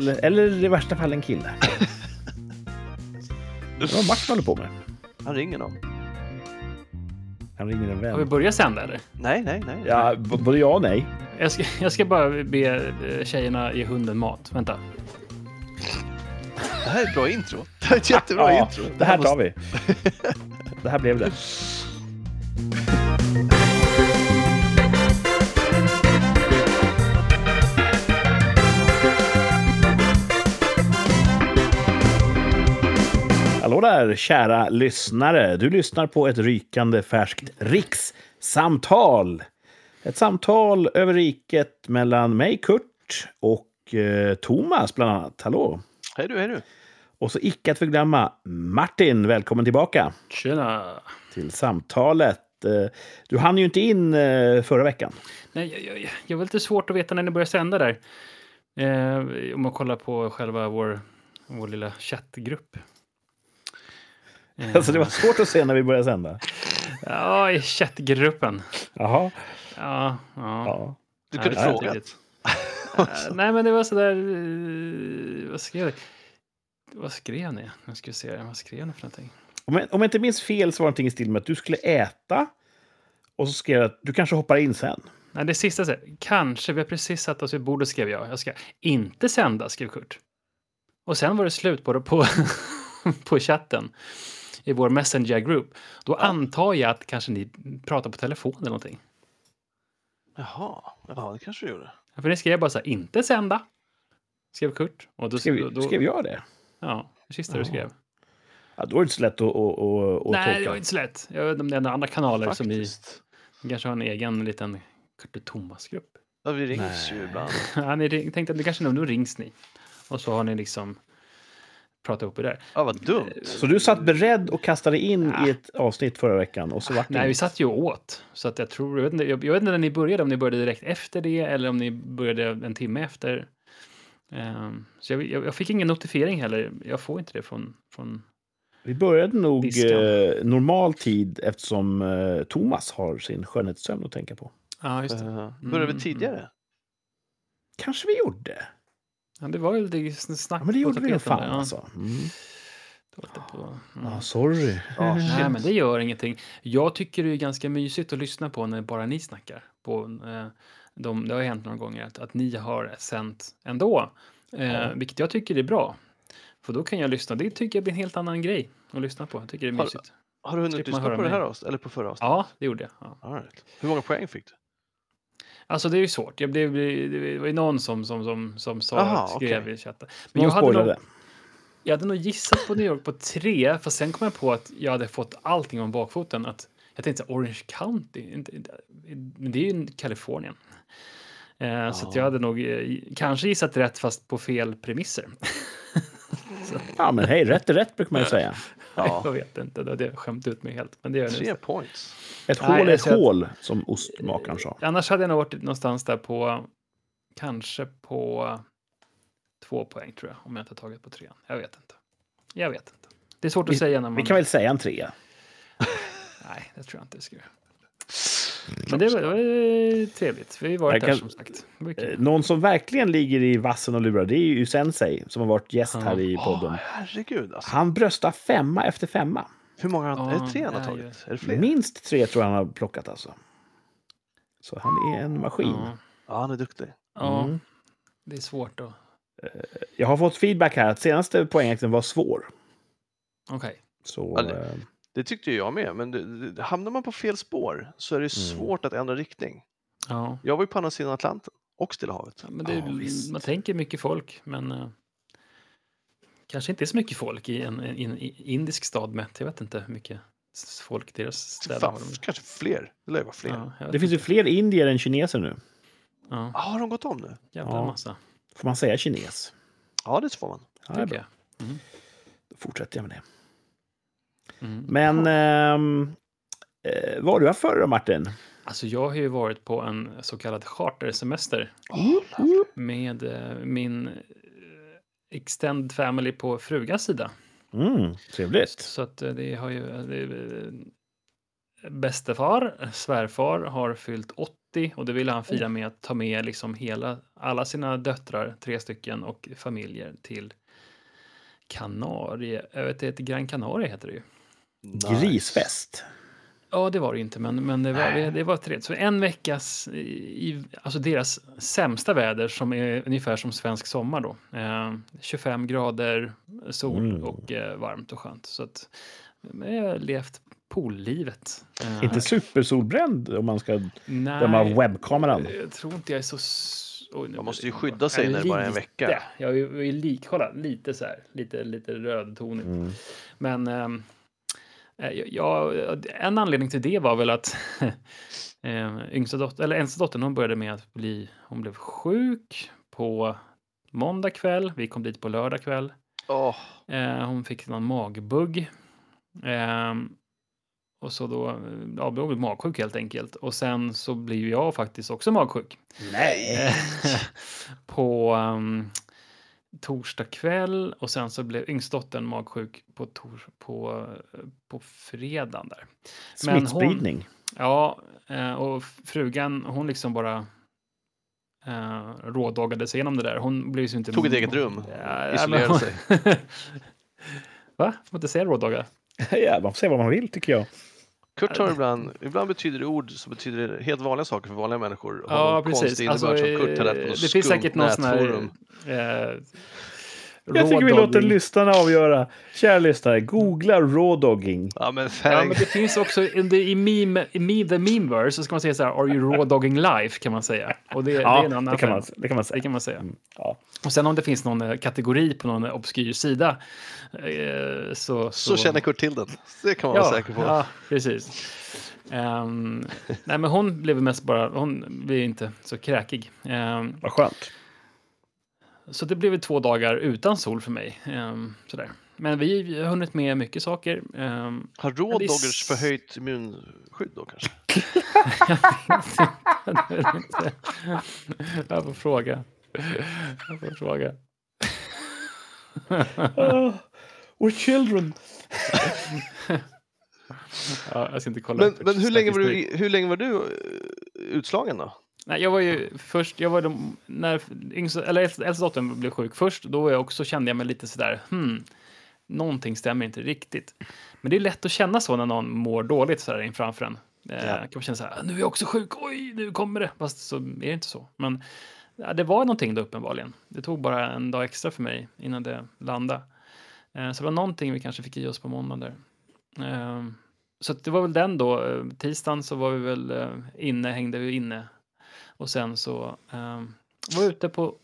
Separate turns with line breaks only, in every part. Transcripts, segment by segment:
Eller, eller i värsta fall en kille. Vad Max håller på med.
Han ringer någon.
Han ringer en
Har vi
vän.
börjat sända eller?
Nej, nej, nej.
Ja, b- både ja och nej.
Jag ska, jag ska bara be eh, tjejerna ge hunden mat. Vänta.
Det här är ett bra intro. Det här är ett jättebra
ja,
intro.
Det här tar vi. Det här blev det. Hallå där, kära lyssnare. Du lyssnar på ett rykande färskt rikssamtal. Ett samtal över riket mellan mig, Kurt, och eh, Thomas, bland annat. Hallå!
Hej du, hej du.
Och så icke att förglömma Martin, välkommen tillbaka
Tjena!
till samtalet. Eh, Du hann ju inte in eh, förra veckan.
Nej, jag, jag, jag var lite svårt att veta när ni börjar sända där. Eh, om man kollar på själva vår, vår lilla chattgrupp. Eh,
Alltså det var svårt att se när vi började sända.
Ja, i chattgruppen.
Jaha.
Ja, ja.
Ja.
Du
Nej,
kunde
det är
fråga.
riktigt. Eh, Nej, men det var sådär... eh, Vad skrev jag? Vad skrev ni? Nu ska vi se. Vad skrev ni för någonting?
Om, jag, om jag inte minns fel så var det någonting i stil med att du skulle äta och så skrev jag att du kanske hoppar in sen.
Nej, det sista så här, Kanske, vi har precis satt oss vid bordet, skrev jag. Jag ska inte sända, skrev Kurt. Och sen var det slut på, på, på chatten i vår messenger group. Då antar jag att kanske ni pratar på telefon eller någonting.
Jaha, ja, det kanske du gjorde.
För ni skrev bara så här, inte sända, skrev Kurt. Och då,
Skrev,
då, då,
skrev jag det?
Ja, det sista du
Jaha.
skrev.
Ja, då är det inte så lätt att, att, att, att
Nej, det
tolka.
var inte så lätt. Jag vet inte om det är några andra kanaler som ni
Faktiskt.
kanske har en egen liten Kurt och Thomas-grupp.
Ja, vi rings
Nej.
ju ibland.
Ja, ni ring- tänkte att det kanske nu rings ni. Och så har ni liksom pratat ihop er där.
Ja, vad
Eh,
dumt.
Så du satt beredd och kastade in i ett avsnitt förra veckan och så vart det
Nej, vi
inget.
satt ju och åt. Så att jag tror, jag vet, inte, jag, jag vet inte när ni började, om ni började direkt efter det eller om ni började en timme efter. Ehm, så jag, jag, jag fick ingen notifiering heller. Jag får inte det från... från
Vi började nog
Diskan.
eh, normal tid eftersom eh, Thomas har sin skönhetssömn att tänka på.
ja,
Eh, Började vi
Mm,
tidigare?
Kanske vi gjorde.
Ja, det var ju lite sn- snack
Ja, men det
på
gjorde vi nog
tapeten
fan
där. Ja,
alltså. Mm.
det var lite på, mm.
Ja, sorry.
Ja,
Nej, men
shit.
det gör ingenting. Jag tycker det är ganska mysigt att lyssna på när bara ni snackar. På, eh, de, det har hänt några gånger att, att ni har sänt ändå, eh,
Ja.
vilket jag tycker är bra. För då kan jag lyssna. Det tycker jag blir en helt annan grej att lyssna på. Jag tycker det är
Har-
mysigt.
Har du hunnit
Slipper
lyssna
man höra
på det här
mig.
avsnittet? Eller på förra avsnittet?
Ja, det gjorde jag. Ja.
All right. Hur många poäng fick du?
Alltså det är ju svårt. Jag blev, det var ju någon som, som, som, som sa,
Aha,
skrev
okej.
i chatten. Men
Någon
jag hade,
spoilade.
nog, jag hade nog gissat på New York på tre, för sen kom jag på att jag hade fått allting om bakfoten. Att jag tänkte så här, Orange County, inte, inte- men det är ju Kalifornien. Eh, Så att jag hade nog eh, kanske gissat rätt fast på fel premisser.
Ja, men hej, rätt är rätt brukar man ju säga.
jag vet inte, det hade jag skämt ut mig helt. Men det gör jag nu.
Tre points.
Ett
Nej,
hål är ett
alltså jag-
hål, som ostmakaren sa.
Annars hade jag nog varit någonstans där på kanske på två poäng tror jag, om jag inte tagit på trean. Jag vet inte. Jag vet inte. Det är svårt att säga när man...
Vi kan väl säga en trea.
Nej, det tror jag inte. vi Ska... göra. Men det var, det var trevligt. Vi har
Jag
varit där
kan-
som sagt. Det var kul.
Eh, Någon som verkligen ligger i vassen och lurar, det är ju Sensei som har varit gäst här i
Ja,
podden.
herregud alltså.
Han bröstar femma efter femma.
Hur många har Är
Ja,
det tre han har
det är
tagit? Är det fler?
Minst tre tror jag han har plockat alltså. Så han är en maskin.
Ja.
Ja, han är duktig.
ja,
Mm.
det är svårt då.
Jag har fått feedback här att senaste poängjakten var svår.
Okej.
Så
Ja, det-
eh,
Det tyckte ju jag med, men det, det, hamnar man på fel spår så är det
Mm.
svårt att ändra riktning.
Ja.
Jag var ju på andra sidan Atlanten och Stilla havet.
ja, men det, är-
Ja, visst.
man tänker mycket folk, men eh, kanske inte så mycket folk i en, en, en indisk stad mätt. Jag vet inte hur mycket s- folk deras städer
Fan,
har.
kanske fler. Det lär ju vara fler.
Ja, jag vet
det finns ju fler indier än kineser nu.
Ja,
Ah, har de gått om nu?
jävla
Ja.
massa.
Får man säga kines?
Ja, det får man.
Ja, det är
tycker
bra.
jag.
Då fortsätter jag med det.
Mm.
Men ehm, eh, vad har du haft för då, Martin?
Alltså jag har ju varit på en så kallad chartersemester med eh, min eh, extended family på frugas sida.
Mm, trevligt.
Så att eh, det har ju... eh, Det, eh, bästefar, svärfar, har fyllt 80 och det ville han fira med att ta med liksom hela alla sina döttrar, tre stycken, och familjer till Kanarie, över till ett Gran Canaria heter det ju.
Nice.
Grisfest.
Ja, det var det inte, men, men det var, det var trevligt. Så en veckas, i, i- alltså deras sämsta väder som är ungefär som svensk sommar då. Eh, 25 grader, sol
Mm.
och eh, varmt och skönt. Så att men jag har levt poollivet. Eh,
Inte supersolbränd om man ska
nej, eh,
döma av webbkameran.
Jag tror inte jag är så... s- Oj, nu
Man måste
blev
ju
det-
skydda sig när det bara är en
Lite.
vecka.
Jag är ju jag är lik, kolla, lite så här, lite, lite rödtonigt.
Mm.
Men ehm, eh, jag, jag, en anledning till det var väl att eh, yngsta dotter, eller äldsta dottern hon började med att bli, hon blev sjuk på måndag kväll. Vi kom dit på lördag kväll.
Åh,
Eh, hon fick någon magbugg. Ehm, och så då, eh, ja, blev hon magsjuk helt enkelt. Och sen så blev ju jag faktiskt också magsjuk.
Nej!
på ehm, torsdag kväll och sen så blev yngstdottern magsjuk på, tors, på, eh, på fredagen där. Men hon-
Smittspridning.
Ja, eh, och frugan hon liksom bara eh, rådågade sig igenom det där. Hon blev ju inte...
Tog ett eget rum.
Ja,
Isolerade
hon-
sig.
Va? Får man inte säga rådåga?
Ja, man får säga vad man vill tycker jag.
Kurt har ibland, ibland betyder det ord som betyder helt vanliga saker för vanliga människor. Har
Ja,
någon
precis.
konstig innebörd
Alltså,
som Kurt har lärt på
eh,
något
det finns
skumt
säkert någon sån här,
nätforum.
Eh,
Jag tycker vi låter
rådågning.
lyssnarna avgöra. Kära lyssnare, googla rawdogging.
Ja, men
Ja,
färg.
men det finns också under, i, meme, i meme, the memeverse så ska man säga så här, are you raw dogging life kan man säga. Och det, det är en
Ja,
annan
det kan,
femma.
man, det kan man
det
säga. Mm.
kan man säga.
Ja.
Och sen om det finns någon eh, kategori på någon obskyr sida eh, så,
Så känner Kurt till den. Det kan man
ja,
vara säker på.
Ja, precis. Ehm, nej, men hon blev mest bara, hon blev inte så kräkig. Ehm,
Vad skönt.
Så det blev ju två dagar utan sol för mig. ehm, sådär. Men vi har hunnit med mycket saker. ehm,
Har
Men det är
rådoggers
s-
förhöjt immunskydd då kanske?
jag får fråga. Jag får fråga.
Oh, we're children.
Ja, jag ska inte kolla.
Men,
upp
men hur, länge var
statistik.
du, hur länge var du eh, utslagen då?
Nej, jag var ju först, jag var de, när yngsta, eller äldsta äldsta dottern blev sjuk först, då var jag också, kände jag mig lite sådär, hmm, någonting stämmer inte riktigt. Men det är lätt att känna så när någon mår dåligt sådär in framför en. Eh,
Ja.
Kan man känna så här, nu är jag också sjuk, oj, nu kommer det. Fast så är det inte så. Men ja, det var någonting då uppenbarligen. Det tog bara en dag extra för mig innan det landade. Eh, så det var någonting vi kanske fick i oss på måndagen där. Eh, så att det var väl den då. Eh, Tisdagen så var vi väl eh, inne, hängde vi inne. Och sen så eh, var jag ute på...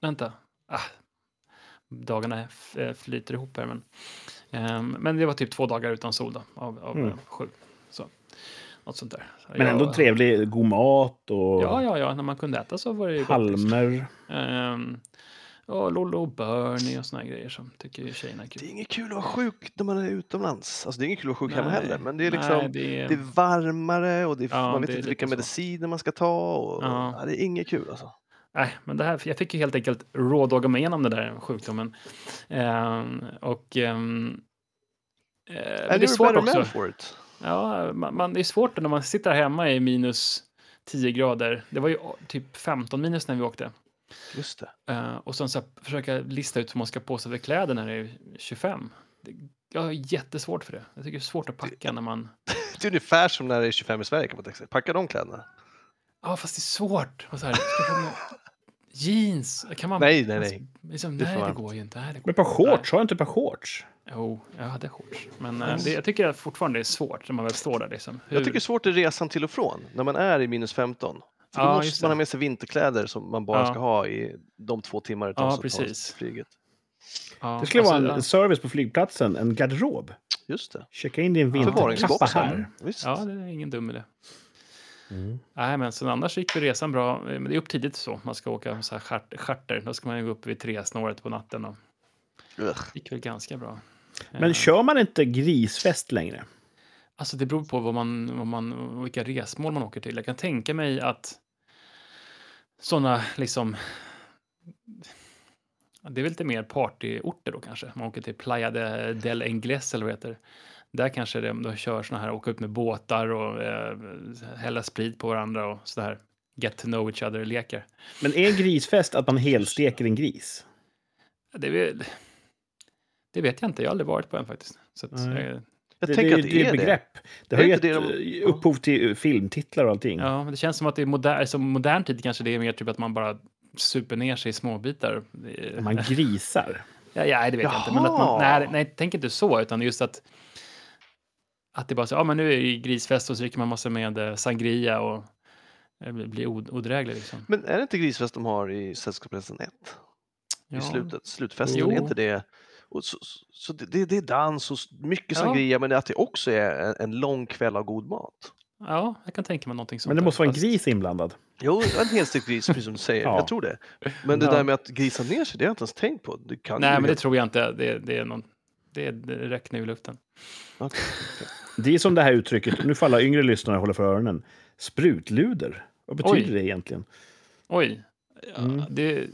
Vänta. Ah. Dagarna f- eh, flyter ihop här. Men, eh, men det var typ två dagar utan sol då, av, av
Mm.
eh, sju. Så. Något sånt där. Så
Men
jag-
ändå trevlig, god mat och
Ja, ja, ja. När man kunde äta så var det ju gott, liksom.
palmer.
Ehm, Ja, Lollo och Bernie och såna här grejer som tycker ju tjejerna är kul.
Det är inget kul att vara sjuk när man är utomlands. Alltså det är inget kul att vara sjuk hemma
Nej,
heller. Men det är liksom,
nej,
det...
det är-
är varmare och det är,
Ja,
man vet
det är
inte vilka
lite så.
mediciner man ska ta. Och,
Ja.
ja. det är inget kul alltså.
Nej, men det här, jag fick ju helt enkelt rådåga mig igenom den där sjukdomen. Ehm, och... ehm, eh,
And
men det är
you're a
svårt
better
också.
man for it.
Ja, man, man, det är svårt när man sitter här hemma i minus 10 grader. Det var ju å- typ 15 minus när vi åkte.
Just det.
Eh, och sen så här, försöka lista ut hur man ska på sig kläder när det är 25. Det, jag har jättesvårt för det. Jag tycker det är svårt att packa när man...
Det är ungefär som när det är 25 i Sverige kan man tänka sig. Packa de kläderna.
Ja, fast det är svårt. Och så här, ska jag få med jeans? Kan man...
Nej, nej, nej.
Liksom,
Det är för
nej, det
varmt.
går ju inte. Nej, det går.
Men ett par shorts, har jag inte ett par shorts?
Jo, jag hade shorts. Men eh, det, jag tycker fortfarande det är svårt när man väl står där. Liksom. Hur-
Jag tycker det är svårt i resan till och från när man är i minus 15. För då
Ja, just
måste
det.
man ha med sig vinterkläder som man bara
Ja.
ska ha i de två timmar det tar
Ja,
sig att ta sig
precis.
till flyget.
ja,
Det skulle
alltså,
vara en service på flygplatsen, en garderob.
Just det.
Checka in din vinterkappa här.
Förvaringsboxar. Visst.
Ja, det är ingen dum idé.
Mm.
Nej, men sen annars gick ju resan bra. Eh, Men det är upp tidigt så. Man ska åka så här chart- charter. Då ska man ju gå upp vid tresnåret på natten. Och
Ugh.
det gick väl ganska bra.
Men kör man inte grisfest längre?
Alltså det beror på vad man, vad man, vilka resmål man åker till. Jag kan tänka mig att sådana liksom... Ja, Det är väl lite mer partyorter då kanske. Man åker till Playa de, del Ingles eller vad det heter. Där kanske de, de kör såna här, åka ut med båtar och eh, hälla sprit på varandra och sådär. get to know each other-lekar.
Men är en grisfest att man helsteker en gris?
Det, är väl- det vet jag inte. Jag har aldrig varit på en faktiskt. Så att,
Nej.
eh,
Jag
det,
tänker
det,
att
det är ett begrepp. Det, har
Är
ju gett
inte det
eh, upphov till filmtitlar och allting.
ja, men det känns som att det är moder, alltså, modern tid kanske det är mer typ att man bara super ner sig i småbitar. Det-
Man grisar.
Ja, ja, det vet jag inte. Men att man,
Jaha.
nej, nej, tänk inte så, utan just att att det bara så, ja men nu är det ju grisfest och så dricker man massor med eh, sangria och eh, blir- blir od- odräglig liksom.
Men är det inte grisfest de har i Sällskapsresan 1?
Ja.
I slutet, slutfesten,
Jo.
är inte det? Och så så, så det- det, det är dans och s- mycket
Ja.
sangria men att det också är en, en lång kväll av god mat.
Ja, jag kan tänka mig någonting sånt.
Men det
där,
måste vara en
fast-
gris inblandad.
Jo, en helstekt gris precis som du säger,
Ja.
jag tror det. Men det
Ja.
där med att grisa ner sig, det har jag inte ens tänkt på. Det kan
Nej,
ju
men det
helt-
tror jag inte. Det, det är någon... Det är det räcker nu i luften.
Okej.
Det är som det här uttrycket, nu får alla yngre lyssnare hålla för öronen. Sprutluder. Vad betyder
Oj.
det egentligen?
Oj. Ja,
Mm.
det,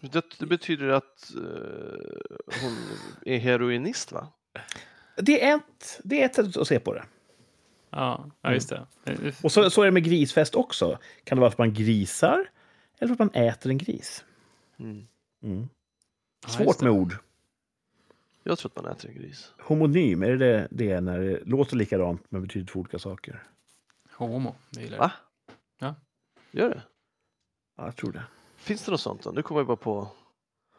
Det, det betyder att eh, hon är heroinist va?
Det är, ett, det är ett sätt att se på det.
ja, ja, just det.
Och så, så är det med grisfest också. Kan det vara att man grisar eller att man äter en gris?
Mm.
Mm.
Ja, just
Svårt
det.
med ord.
Jag tror att man äter en gris.
Homonym, är det det det är när det låter likadant men betyder två olika saker?
Homo, det gillar jag.
Va?
Ja.
Gör det?
Ja, jag tror det.
Finns det något sånt då? Nu kommer jag bara på.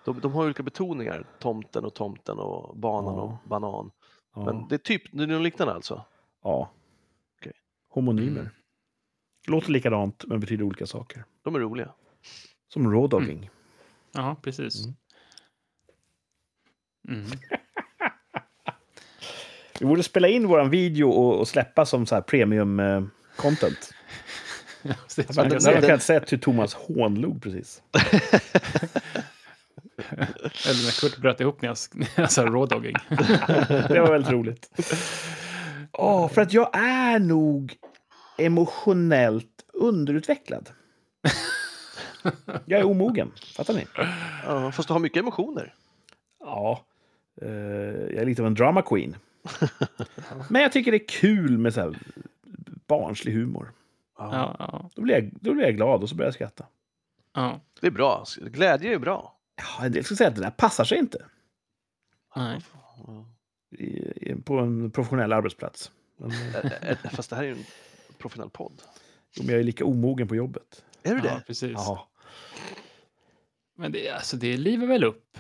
De, de har olika betoningar. Tomten och tomten och banan
Ja.
och banan.
Ja.
Men det är typ det är något liknande alltså.
ja.
Okej.
Homonymer.
Mm.
Låter likadant men betyder olika saker.
De är roliga.
Som rawdogging.
Ja, precis.
Mm.
Mm.
Vi borde spela in vår video och, och släppa som så här premium eh, content.
Så det är
Alltså,
så
Men
man
där
kan
har
säga.
jag själv sett hur Thomas hånlog precis.
Eller när Kurt bröt ihop när jag s- när jag sa rawdogging.
Det var väldigt roligt. Ja, för att jag är nog emotionellt underutvecklad. Jag är omogen, fattar ni?
Ja, fast du har mycket emotioner.
Ja, eh, jag är lite av en drama queen. Men jag tycker det är kul med så här barnslig humor.
Ja, ja,
Då blir, jag, då blir jag glad och så börjar jag skratta.
ja.
Det är bra. Glädje är bra.
Ja, en del skulle säga att det där passar sig inte
Nej.
Ja.
i, i, på en professionell arbetsplats. Men, eh,
Ä- ä- Fast det här är ju en professionell podd.
jo, men jag är lika omogen på jobbet.
Är du
ja
det?
precis.
Ja.
Men det, är- alltså, det lever väl upp.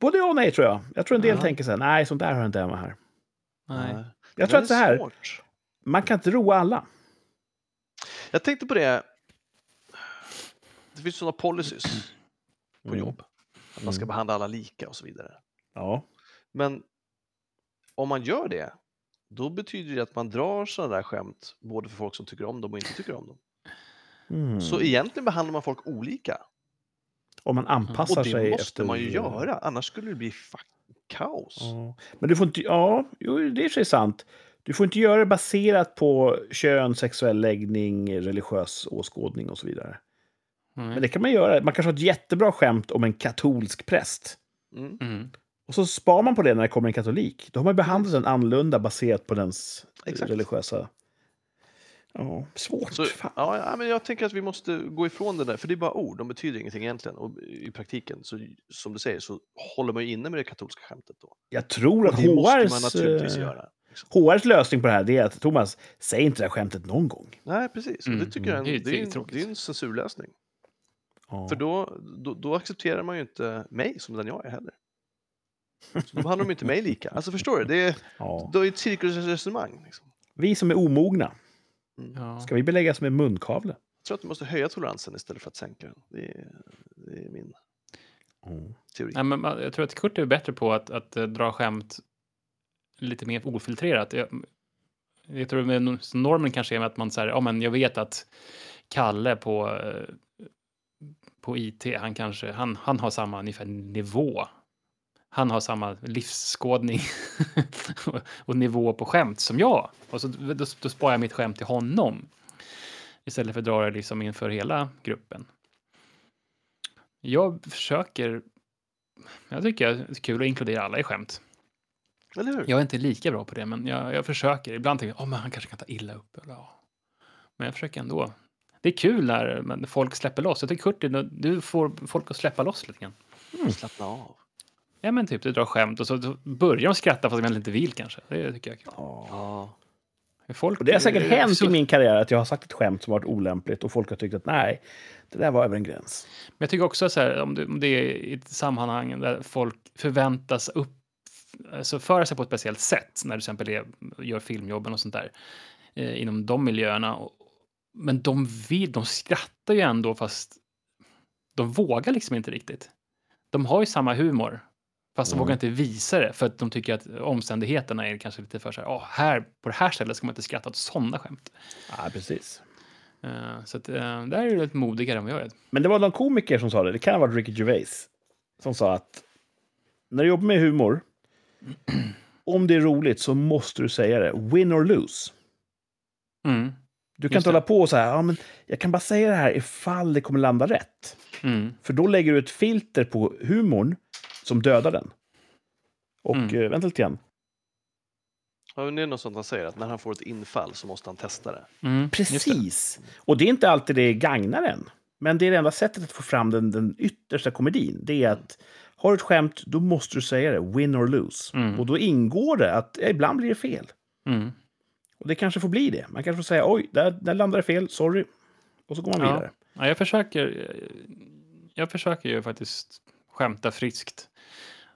Både ja och nej tror jag. Jag tror en del
Ja.
tänker så här, nej sånt där hör inte hemma här.
Nej.
Nej.
Jag tror
Det
att så här,
svårt.
man kan inte roa alla.
Jag tänkte på det. Det finns sådana policies på jobb. Att man ska
Mm.
behandla alla lika och så vidare.
Ja.
Men om man gör det, då betyder det att man drar sådana där skämt både för folk som tycker om dem och inte tycker om dem.
Mm.
Så egentligen behandlar man folk olika.
Om man anpassar
Och
sig.
det måste
efter...
man ju göra, annars skulle det bli fuck kaos.
Ja. Men du får inte... Ja, jo, det är sig sant. Du får inte göra det baserat på kön, sexuell läggning, religiös åskådning och så
Mm.
vidare. Men
Nej.
det kan man göra. Man kanske har ett jättebra skämt om en katolsk präst.
Mm.
Mm.
Och så spar man på det när det kommer en katolik. Då har man ju behandlat den annorlunda baserat på dens
Exakt.
religiösa... Ja, svårt.
Så,
Fan.
ja, ja, men jag tänker att vi måste gå ifrån det där, för det är bara ord, de betyder ingenting egentligen. Och i praktiken, så, som du säger, så håller man ju inne med det katolska skämtet då.
Jag tror
Och
att
det måste man
HRs,
naturligtvis
eh,
göra.
HRs lösning på det här det är att Thomas, säg inte det här skämtet någon gång.
Nej, precis. Och
Mm,
det tycker jag är
mm.
en,
Det är ju
det är en,
tråkigt.
det är en censurlösning.
Ja.
För då, då, då accepterar man ju inte mig som den jag är heller. Så då behandlar de inte mig lika. Alltså förstår du? Det är,
Ja.
det är ett cirkusresonemang. Liksom. Mm.
Vi som är omogna,
Ja.
ska vi beläggas med munkavle?
Jag tror att du måste höja toleransen istället för att sänka den. Det är, det är min teori.
Nej, men man- jag tror att Kurt är bättre på att, att eh, dra skämt lite mer ofiltrerat. Jag, jag tror att no- normen kanske är med att man säger, ja men jag vet att Kalle på, eh, på IT, han kanske, han, han har samma ungefär nivå. Han har samma livsskådning och, och nivå på skämt som jag. Och så då, då sparar jag mitt skämt till honom. Istället för att dra det liksom inför hela gruppen. Jag försöker jag tycker det är kul att inkludera alla i skämt.
Eller hur?
Jag är inte lika bra på det, men jag, jag försöker. Ibland tänker jag, oh, men han kanske kan ta illa upp. Eller, ja. Men jag försöker ändå. Det är kul när men folk släpper loss. Jag tycker Kurt, du får folk att släppa loss lite grann.
Slappna av.
Ja, men typ, du drar skämt och så så börjar de skratta fast de egentligen inte vill kanske. Det tycker jag är kul.
Ja.
Folk,
Och det har säkert
eh,
hänt i
så-
min karriär att jag har sagt ett skämt som varit olämpligt och folk har tyckt att nej, det där var över en gräns.
Men jag tycker också så här, om det, om det är i ett sammanhang där folk förväntas upp, alltså föra sig på ett speciellt sätt, när du till exempel är, gör filmjobben och sånt där, eh, inom de miljöerna. Och, men de vill, de skrattar ju ändå fast de vågar liksom inte riktigt. De har ju samma humor, fast de
Mm.
vågar inte visa det för att de tycker att omständigheterna är kanske lite för så här, "Åh, här på det här stället ska man inte skratta åt sådana skämt.
Ja, precis.
Eh, så att, eh, där är du lite modigare än vad jag är.
Men det var någon komiker som sa det, det kan ha varit Ricky Gervais, som sa att när du jobbar med humor, om det är roligt så måste du säga det, win or lose.
Mm,
Du kan
Just
inte
det.
hålla på och säga, ja, men jag kan bara säga det här ifall det kommer landa rätt.
mm.
För då lägger du ett filter på humorn som dödar den. Och
Mm.
eh, vänta lite grann.
Ja, men det är något sånt han säger, att när han får ett infall så måste han testa det.
Mm, just det.
Precis. Och det är inte alltid det gagnar en. Men det är det enda sättet att få fram den, den yttersta komedin. Det är att har du ett skämt, då måste du säga det. Win or lose.
Mm.
Och då ingår det att ja, ibland blir det fel.
Mm.
Och det kanske får bli det. Man kanske får säga oj, där, där landade det fel, sorry. Och så går man
Ja.
vidare.
Ja, jag, försöker, eh, jag försöker ju faktiskt skämta friskt.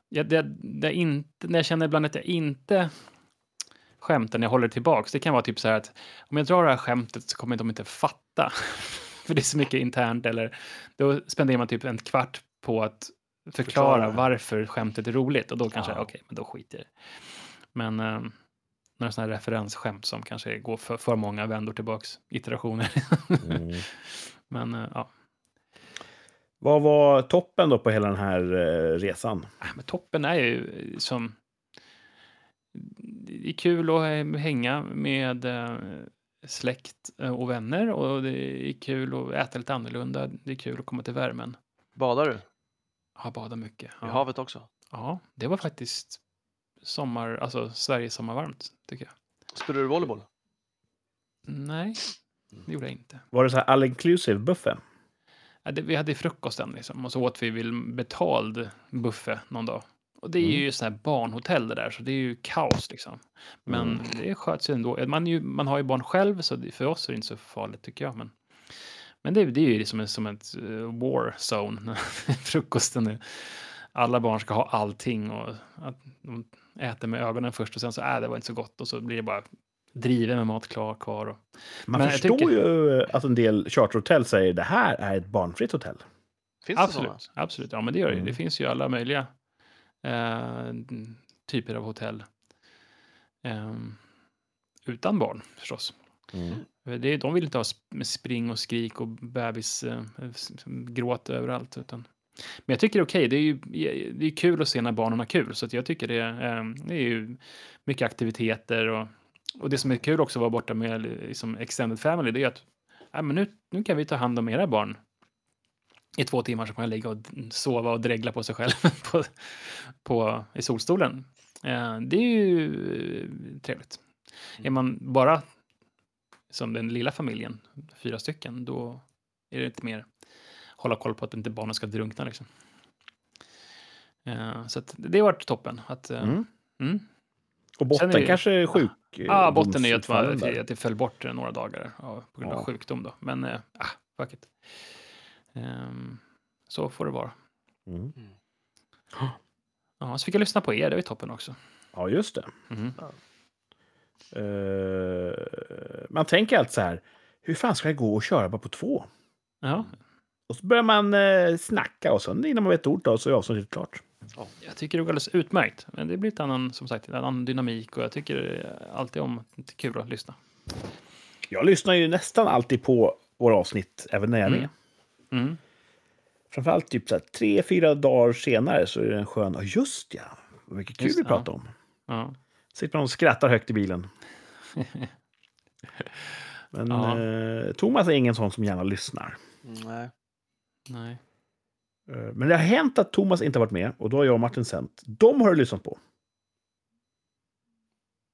Jag, det, det är inte, när jag känner ibland att jag inte skämtar när jag håller tillbaks, det kan vara typ så här att om jag drar det här skämtet så kommer de inte fatta. För det är så mycket internt eller då spenderar man typ en kvart på att förklara,
Förklara.
varför skämtet är roligt och då kanske,
Ja.
okej, men då skiter jag i det. Men ehm, några sådana här referensskämt som kanske går för, för många vändor tillbaks, iterationer.
Mm.
men eh, ja.
Vad var toppen då på hela den här eh, resan?
Ah, Men toppen är ju eh, som... Det är kul att eh, hänga med eh, släkt eh, och vänner och det är kul att äta lite annorlunda. Det är kul att komma till värmen.
Badar du? I
Ja, bada mycket. Ja,
havet också?
ja det var faktiskt sommar, alltså Sveriges sommarvarmt tycker jag.
Spelar du volleyboll?
Nej, det gjorde jag inte.
Var det så här all inclusive buffé?
Ja, det, vi hade frukosten liksom, och så åt vi väl betald buffé någon dag. Och det är ju sådana här barnhotell det där, så det är ju kaos liksom. Men det sköts ju ändå. Man, är ju, man har ju barn själv, så det, för oss är det inte så farligt tycker jag. Men, men det, det är ju liksom en, som ett eh, war zone, när frukosten är. Alla barn ska ha allting och att de äter med ögonen först och sen så, äh, det var inte så gott och så blir det bara driven med mat klar, kvar. Och,
Man
Men jag
förstår
tycker-
ju eh, att en del charterhotell säger det här är ett barnfritt hotell.
Finns det
Absolut, absolut. Ja, men det gör det. ju. Det
Mm.
finns ju alla möjliga eh, typer av hotell. Ehm, utan barn förstås. Mm. Det, är- de vill inte ha sp- med spring och skrik och bebisgråt eh, s- gråt överallt. Utan. Men jag tycker det är okej. Det är ju det är kul att se när barnen har kul. Så att jag tycker det, ehm, det är ju mycket aktiviteter. Och, och det som är kul också att vara borta med liksom extended family, det är att "Nej, men nu, nu kan vi ta hand om era barn i två timmar så kan jag ligga och sova och dregla på sig själv på, på, i solstolen. Eh, det är ju eh, trevligt. Är man bara som den lilla familjen, fyra stycken, då är det lite mer hålla koll på att inte barnen ska drunkna. Liksom. Eh, så att det har varit toppen. Att, eh,
Mm.
mm.
Och
Sen
botten
är det-
kanske är sjuk.
Ja,
eh,
botten är ju att, man,
domsutfallen
att,
där.
det- att det föll bort eh, några dagar ja, på grund av
Ja.
sjukdom då. Men, eh, ah, fuck it. Ehm, så får det vara.
Mm.
Ja, så fick jag lyssna på er, det var ju toppen också.
Ja, just det.
Mhm.
Eh, man tänker alltid så här, hur fan ska jag gå och köra bara på två? Mm.
Ja,
Och så börjar man eh, snacka och sen innan man vet ordet av så är avsnittet klart.
jag tycker det går alldeles utmärkt. Men det blir lite annan, som sagt, en annan dynamik och jag tycker eh, alltid om att det är kul att lyssna.
Jag lyssnar ju nästan alltid på våra avsnitt, även när jag är med.
Mm. Mm.
Framförallt typ så här, tre, fyra dagar senare så är det en skön, ja just ja, vad mycket kul
Just
vi
det,
pratar om.
Ja.
Sitter man och skrattar högt i bilen. Men
Ja.
eh, Thomas är ingen sån som gärna lyssnar.
Mm, Nej.
Nej.
Eh, Men det har hänt att Thomas inte har varit med och då har jag och Martin sänt. De har du lyssnat på,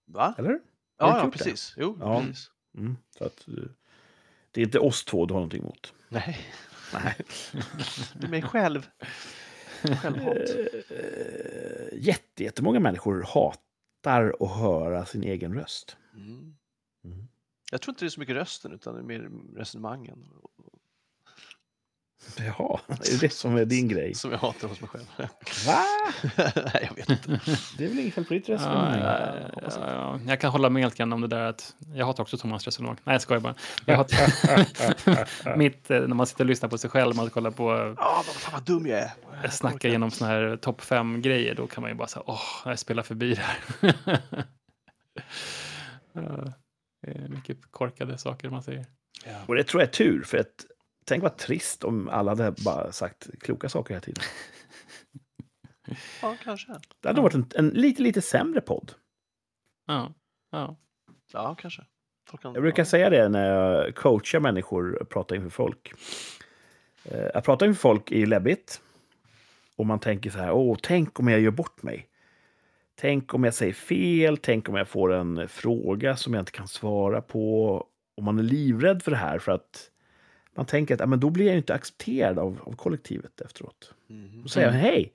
Va?
eller? Har
Ja,
du
ja
gjort det?
precis. Jo,
Ja.
precis.
Mm. Så att, eh, Det är inte oss två du har någonting emot.
Nej,
Nej.
du är mig själv. Självhat.
Eh, jätte, jättemånga människor hatar att höra sin egen röst.
Mm.
Mm.
Jag tror inte det är så mycket rösten utan det är mer resonemangen
Jaha, är det det som är din grej?
som jag hatar hos mig själv.
Va?
Nej, jag vet inte.
Det är väl inget fel på ditt
Ja,
resonemang?
ja, ja, ja. Jag kan hålla med lite grann om det där att jag hatar också Thomas resonemang. Nej, jag skojar bara. Jag hatar mitt, eh, när man sitter och lyssnar på sig själv, man kollar på eh,
Ja, men fan vad dum jag är.
jag snackar genom såna här topp fem grejer då kan man ju bara säga åh, jag spelar förbi det här. Ja, det är mycket korkade saker man säger.
Och det tror jag är tur, för att tänk vad trist om alla hade bara sagt kloka saker hela tiden.
Ja, kanske.
Det hade varit en, en lite, lite sämre podd.
Ja, ja.
Ja, kanske. Folk kan...
Jag brukar säga det när jag coachar människor och pratar inför folk. Eh, Att prata inför folk är ju läbbigt. Och man tänker så här, åh, tänk om jag gör bort mig. Tänk om jag säger fel, tänk om jag får en fråga som jag inte kan svara på. Och man är livrädd för det här för att man tänker att "Ja, men då blir jag ju inte accepterad av, av kollektivet efteråt.
Mhm,
Då säger jag, hej,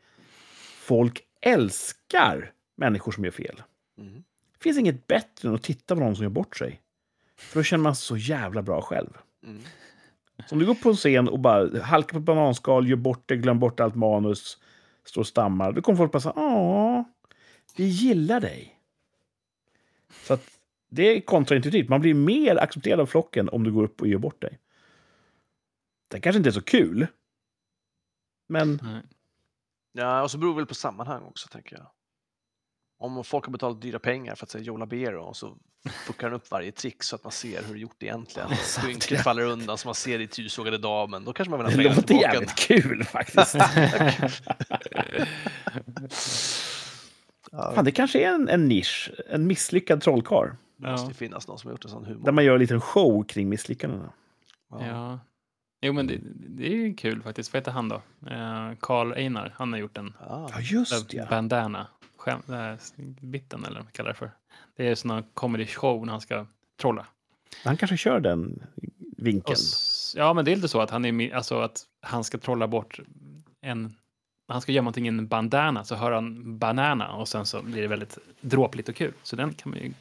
folk älskar människor som gör fel.
mhm.
Det finns inget bättre än att titta på någon som gör bort sig. För då känner man sig så jävla bra själv.
Mm.
Så om du går på en scen och bara halkar på ett bananskal, gör bort det, glöm bort allt manus, står och stammar. Då kommer folk bara säga ja, vi gillar dig. Så att det är kontraintuitivt. Man blir mer accepterad av flocken om du går upp och gör bort dig. Det kanske inte är så kul. Men
Nej.
Ja, och så beror det väl på sammanhang också, tänker jag. Om folk har betalat dyra pengar för att säga Joe Labero och så fuckar han upp varje trick så att man ser hur det är gjort egentligen. Skynket faller undan så man ser det i tysågade damen. Då kanske man vill ha
det låter
pengarna tillbaka.
jävligt kul faktiskt.
Ja,
Fan, det kanske är en, en nisch. En misslyckad trollkarl.
det måste ju
Ja.
finnas någon som har gjort en sån
Där
humor.
man gör en liten show kring misslyckandena.
Ja.
Ja. Jo, men det, det är ju kul faktiskt. Vad heter han då? Eh, Carl Einar. Han har gjort en
Ja.
just
bandana. Skäm, den här biten eller vad man kallar det för. Det är såna comedy show när han ska trolla.
Han kanske kör den
Och
vinkeln.
s- ja, men det är lite så att han, är, med- alltså, att han ska trolla bort en... när Han ska gömma någonting i en bandana, så hör han banana och sen så blir det väldigt dråpligt och kul. Så den kan man ju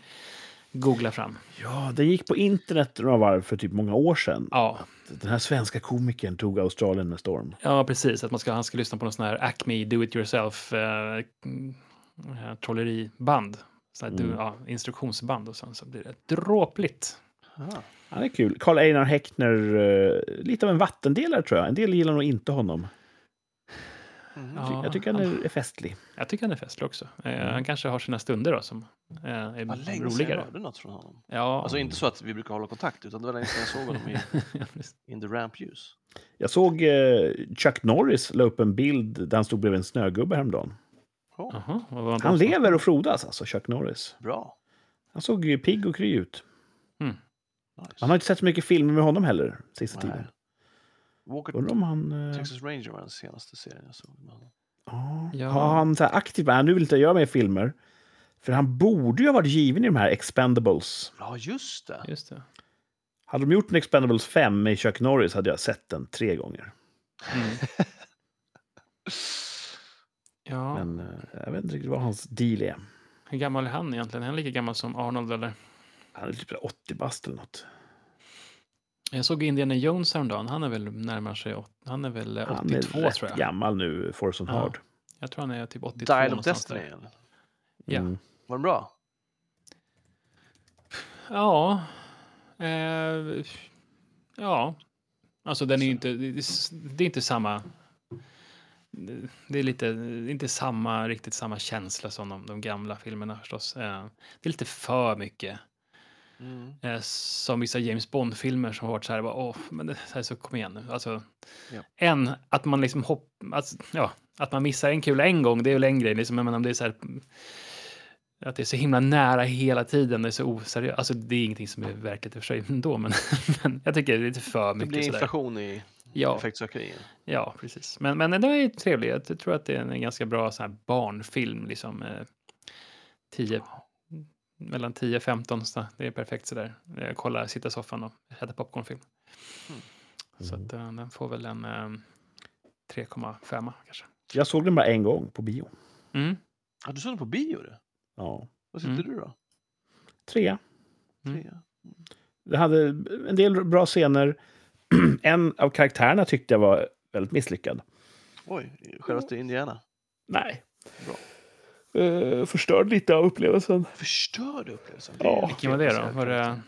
googla fram.
Ja, den gick på internet några varv för typ många år sedan.
Ja,
Den här svenska komikern tog Australien med storm.
ja precis. Att man ska, han ska lyssna på någon sån här Acme do it yourself eh, mm, eh, trolleriband. Sån här,
Mm.
ja, instruktionsband och sen så blir det dråpligt.
Ja.
Han är kul. Karl Einar Häckner, eh, lite av en vattendelare tror jag. En del gillar nog inte honom.
Mhm.
Ja.
jag tycker han är, är festlig.
Jag tycker han är festlig också. Eh, Han kanske har sina stunder då som eh, är
Vad Mm. länge sedan jag
roligare.
hörde något från honom.
Ja,
Alltså inte så att vi brukar hålla kontakt, utan det var länge sedan jag såg honom i
Ja, precis.
In the Ramp Use.
Jag såg eh, Chuck Norris la upp en bild där han stod bredvid en snögubbe häromdagen.
Oh,
Jaha, vad var det
Han
då?
lever och frodas alltså, Chuck Norris.
Bra.
Han såg ju pigg och kry ut.
Nice.
Man har inte sett så mycket filmer med honom heller, sista
Nej.
tiden.
Walker
Undrar om han... eh,
Texas Ranger var den senaste serien jag såg. med honom.
Ja.
Ja.
Har han så här aktivt bara, nu vill inte jag göra mer filmer. För han borde ju ha varit given i de här Expendables.
Ja, just det.
Just det.
Hade de gjort en Expendables 5 med Chuck Norris hade jag sett den tre gånger.
Mm. Ja,
Men eh, jag vet inte riktigt vad hans deal är.
hur gammal är han egentligen? Är han lika gammal som Arnold eller?
Han är typ 80 bast eller något.
Jag såg Indiana Jones häromdagen. Han är väl närmare sig åt- Han är väl eh,
Han
82
är rätt
tror jag.
gammal nu, Forson
Ja.
Hard.
Jag tror han är typ 82
Dial of
någonstans där.
Destiny. eller?
Ja.
Mm.
Var den bra?
Ja. Eh, ja. Alltså den är ju inte, det är s- det är inte samma. det- Det är lite, det är inte samma, riktigt samma känsla som de, de gamla filmerna förstås. Eh, det är lite för mycket.
Mm.
Eh, som vissa James Bond-filmer som har varit så här, bara, åh, men det så här, så kom igen nu. Alltså,
Ja.
En, att man liksom hopp, alltså, ja, att man missar en kula en gång, det är väl en grej, liksom, jag menar om det är så här, att det är så himla nära hela tiden, det är så oseriöst, alltså det är ingenting som är verkligt i och för sig ändå, men, men jag tycker det är lite för
Det blir
mycket sådär.
inflation i
Ja,
effektsökerier.
ja, precis. Men, men den är trevlig, jag tror att det är en ganska bra så här, barnfilm, liksom eh, 10, mellan 10 och 15, så det är perfekt sådär. Eh, Kolla, sitta i soffan och äta popcornfilm. Så att, eh, den får väl en eh, 3,5 kanske.
Jag såg den bara en gång på bio.
Mm.
Ja, du såg den på bio du.
Ja.
Vad tyckte
Mm.
du då?
Trea.
Mm.
Trea.
Det hade en del bra scener. en av karaktärerna tyckte jag var väldigt misslyckad.
Oj, självaste Indiana.
Nej.
Bra.
Eh, förstörde lite av upplevelsen.
Förstörde upplevelsen.
Ja.
är ju
Vilken var det då? Var det...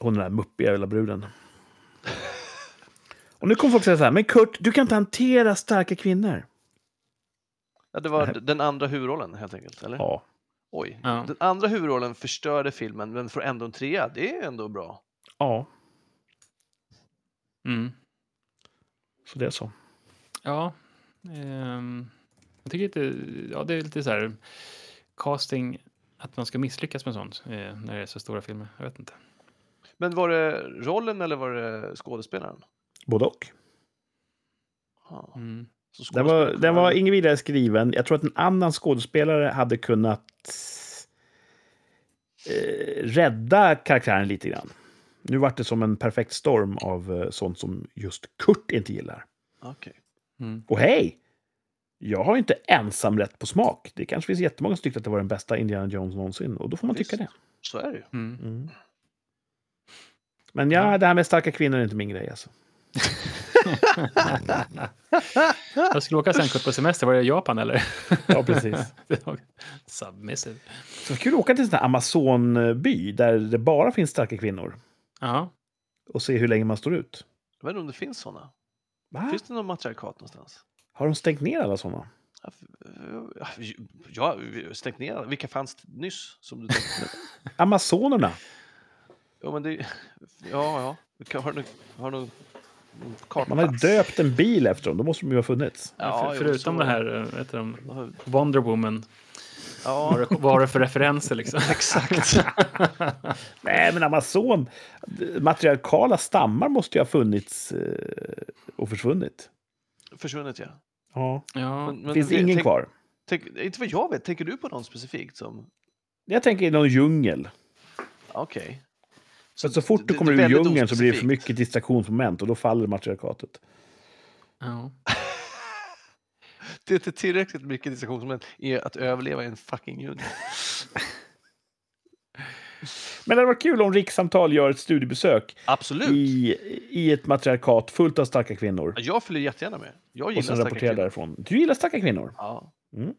Hon den där muppiga jävla bruden. Och nu kommer folk säga så här, men Kurt, du kan inte hantera starka kvinnor.
Ja, det var d- den andra huvudrollen helt enkelt, eller?
Ja.
Oj.
Ja.
Den andra huvudrollen förstörde filmen, men får ändå en trea. Det är ändå bra.
Ja,
Mm.
så det är så.
Ja. ehm, jag tycker inte, ja, det är lite så här casting, att man ska misslyckas med sånt eh, när det är så stora filmer. Jag vet inte.
Men var det rollen eller var det skådespelaren?
Både och.
Ja.
Mm.
Så
Den var,
skådespelaren-
den var ingen vidare skriven. Jag tror att en annan skådespelare hade kunnat eh, rädda karaktären lite grann. Nu vart det som en perfekt storm av eh, sånt som just Kurt inte gillar.
Okej.
Mm.
Och hej! Jag har ju inte ensam rätt på smak. Det kanske finns jättemånga som tyckte att det var den bästa Indiana Jones någonsin. Och då får man tycka det.
Visst. Så är det ju.
Mm.
Mm. Men ja,
Ja.
det här med starka kvinnor är inte min grej. Alltså.
Jag skulle åka sen Kurt, på semester, var det i Japan eller?
Ja, precis.
Submissive.
Så kul att åka till en sån här Amazonby där det bara finns starka kvinnor.
Ja.
och se hur länge man står ut.
Jag vet inte om det finns såna.
Va?
Finns det någon matriarkat någonstans?
Har de stängt ner alla såna?
Ja, f- Ja, vi har stängt ner. Vilka fanns nyss? Som du tänkte?
Amazonerna?
ja, men det... Ja, ja. Vi kan- Har du har du någon karta?
Man har ju döpt en bil efter dem, då måste de ju ha funnits.
Ja,
för,
jo,
förutom
så-
det här, eh, vet du, om Wonder Woman, vad
Ja,
har det- vad har det för referenser liksom?
exakt.
Nej, men Amazon... Matriarkala stammar måste ju ha funnits eh, och försvunnit.
Försvunnit, ja.
Ja.
Ja,
Men- men
Finns
det-
ingen
tänk-
kvar?
Tänk, inte vad jag vet, tänker du på någon specifikt? som...
Jag tänker i någon djungel.
Okej.
Så, så fort du
det-
kommer
det är
ur
väldigt
djungeln så blir det för
ospecifikt.
mycket distraktionsmoment och då faller matriarkatet.
ja.
Det är inte tillräckligt mycket distraktion som är att överleva i en fucking djungel.
Men det hade varit kul om Rikssamtal gör ett studiebesök
Absolut.
i, i ett matriarkat fullt av starka kvinnor.
Jag följer jättegärna med. Jag
Och
gillar
sen
starka
rapporterar
kvinnor.
därifrån. Du gillar starka kvinnor?
Ja.
Mm.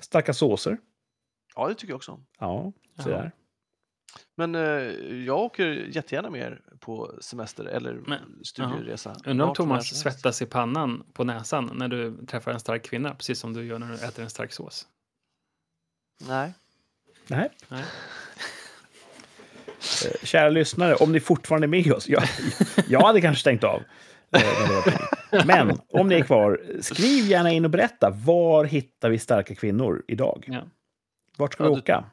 Starka såser?
ja, det tycker jag också om.
Ja, se
Ja.
där.
Men eh, jag åker jättegärna med er på semester eller
Men-
studieresa.
Undrar om
Vart som
Thomas
helst som helst.
svettas i pannan på näsan när du träffar en stark kvinna, precis som du gör när du äter en stark sås.
Nej.
Nej.
Nej.
Eh, Kära lyssnare, om ni fortfarande är med oss. Jag, jag hade kanske stängt av. eh, när det var på. Men om ni är kvar, skriv gärna in och berätta. Var hittar vi starka kvinnor idag?
Ja.
Vart ska
Ja,
vi
du-
åka?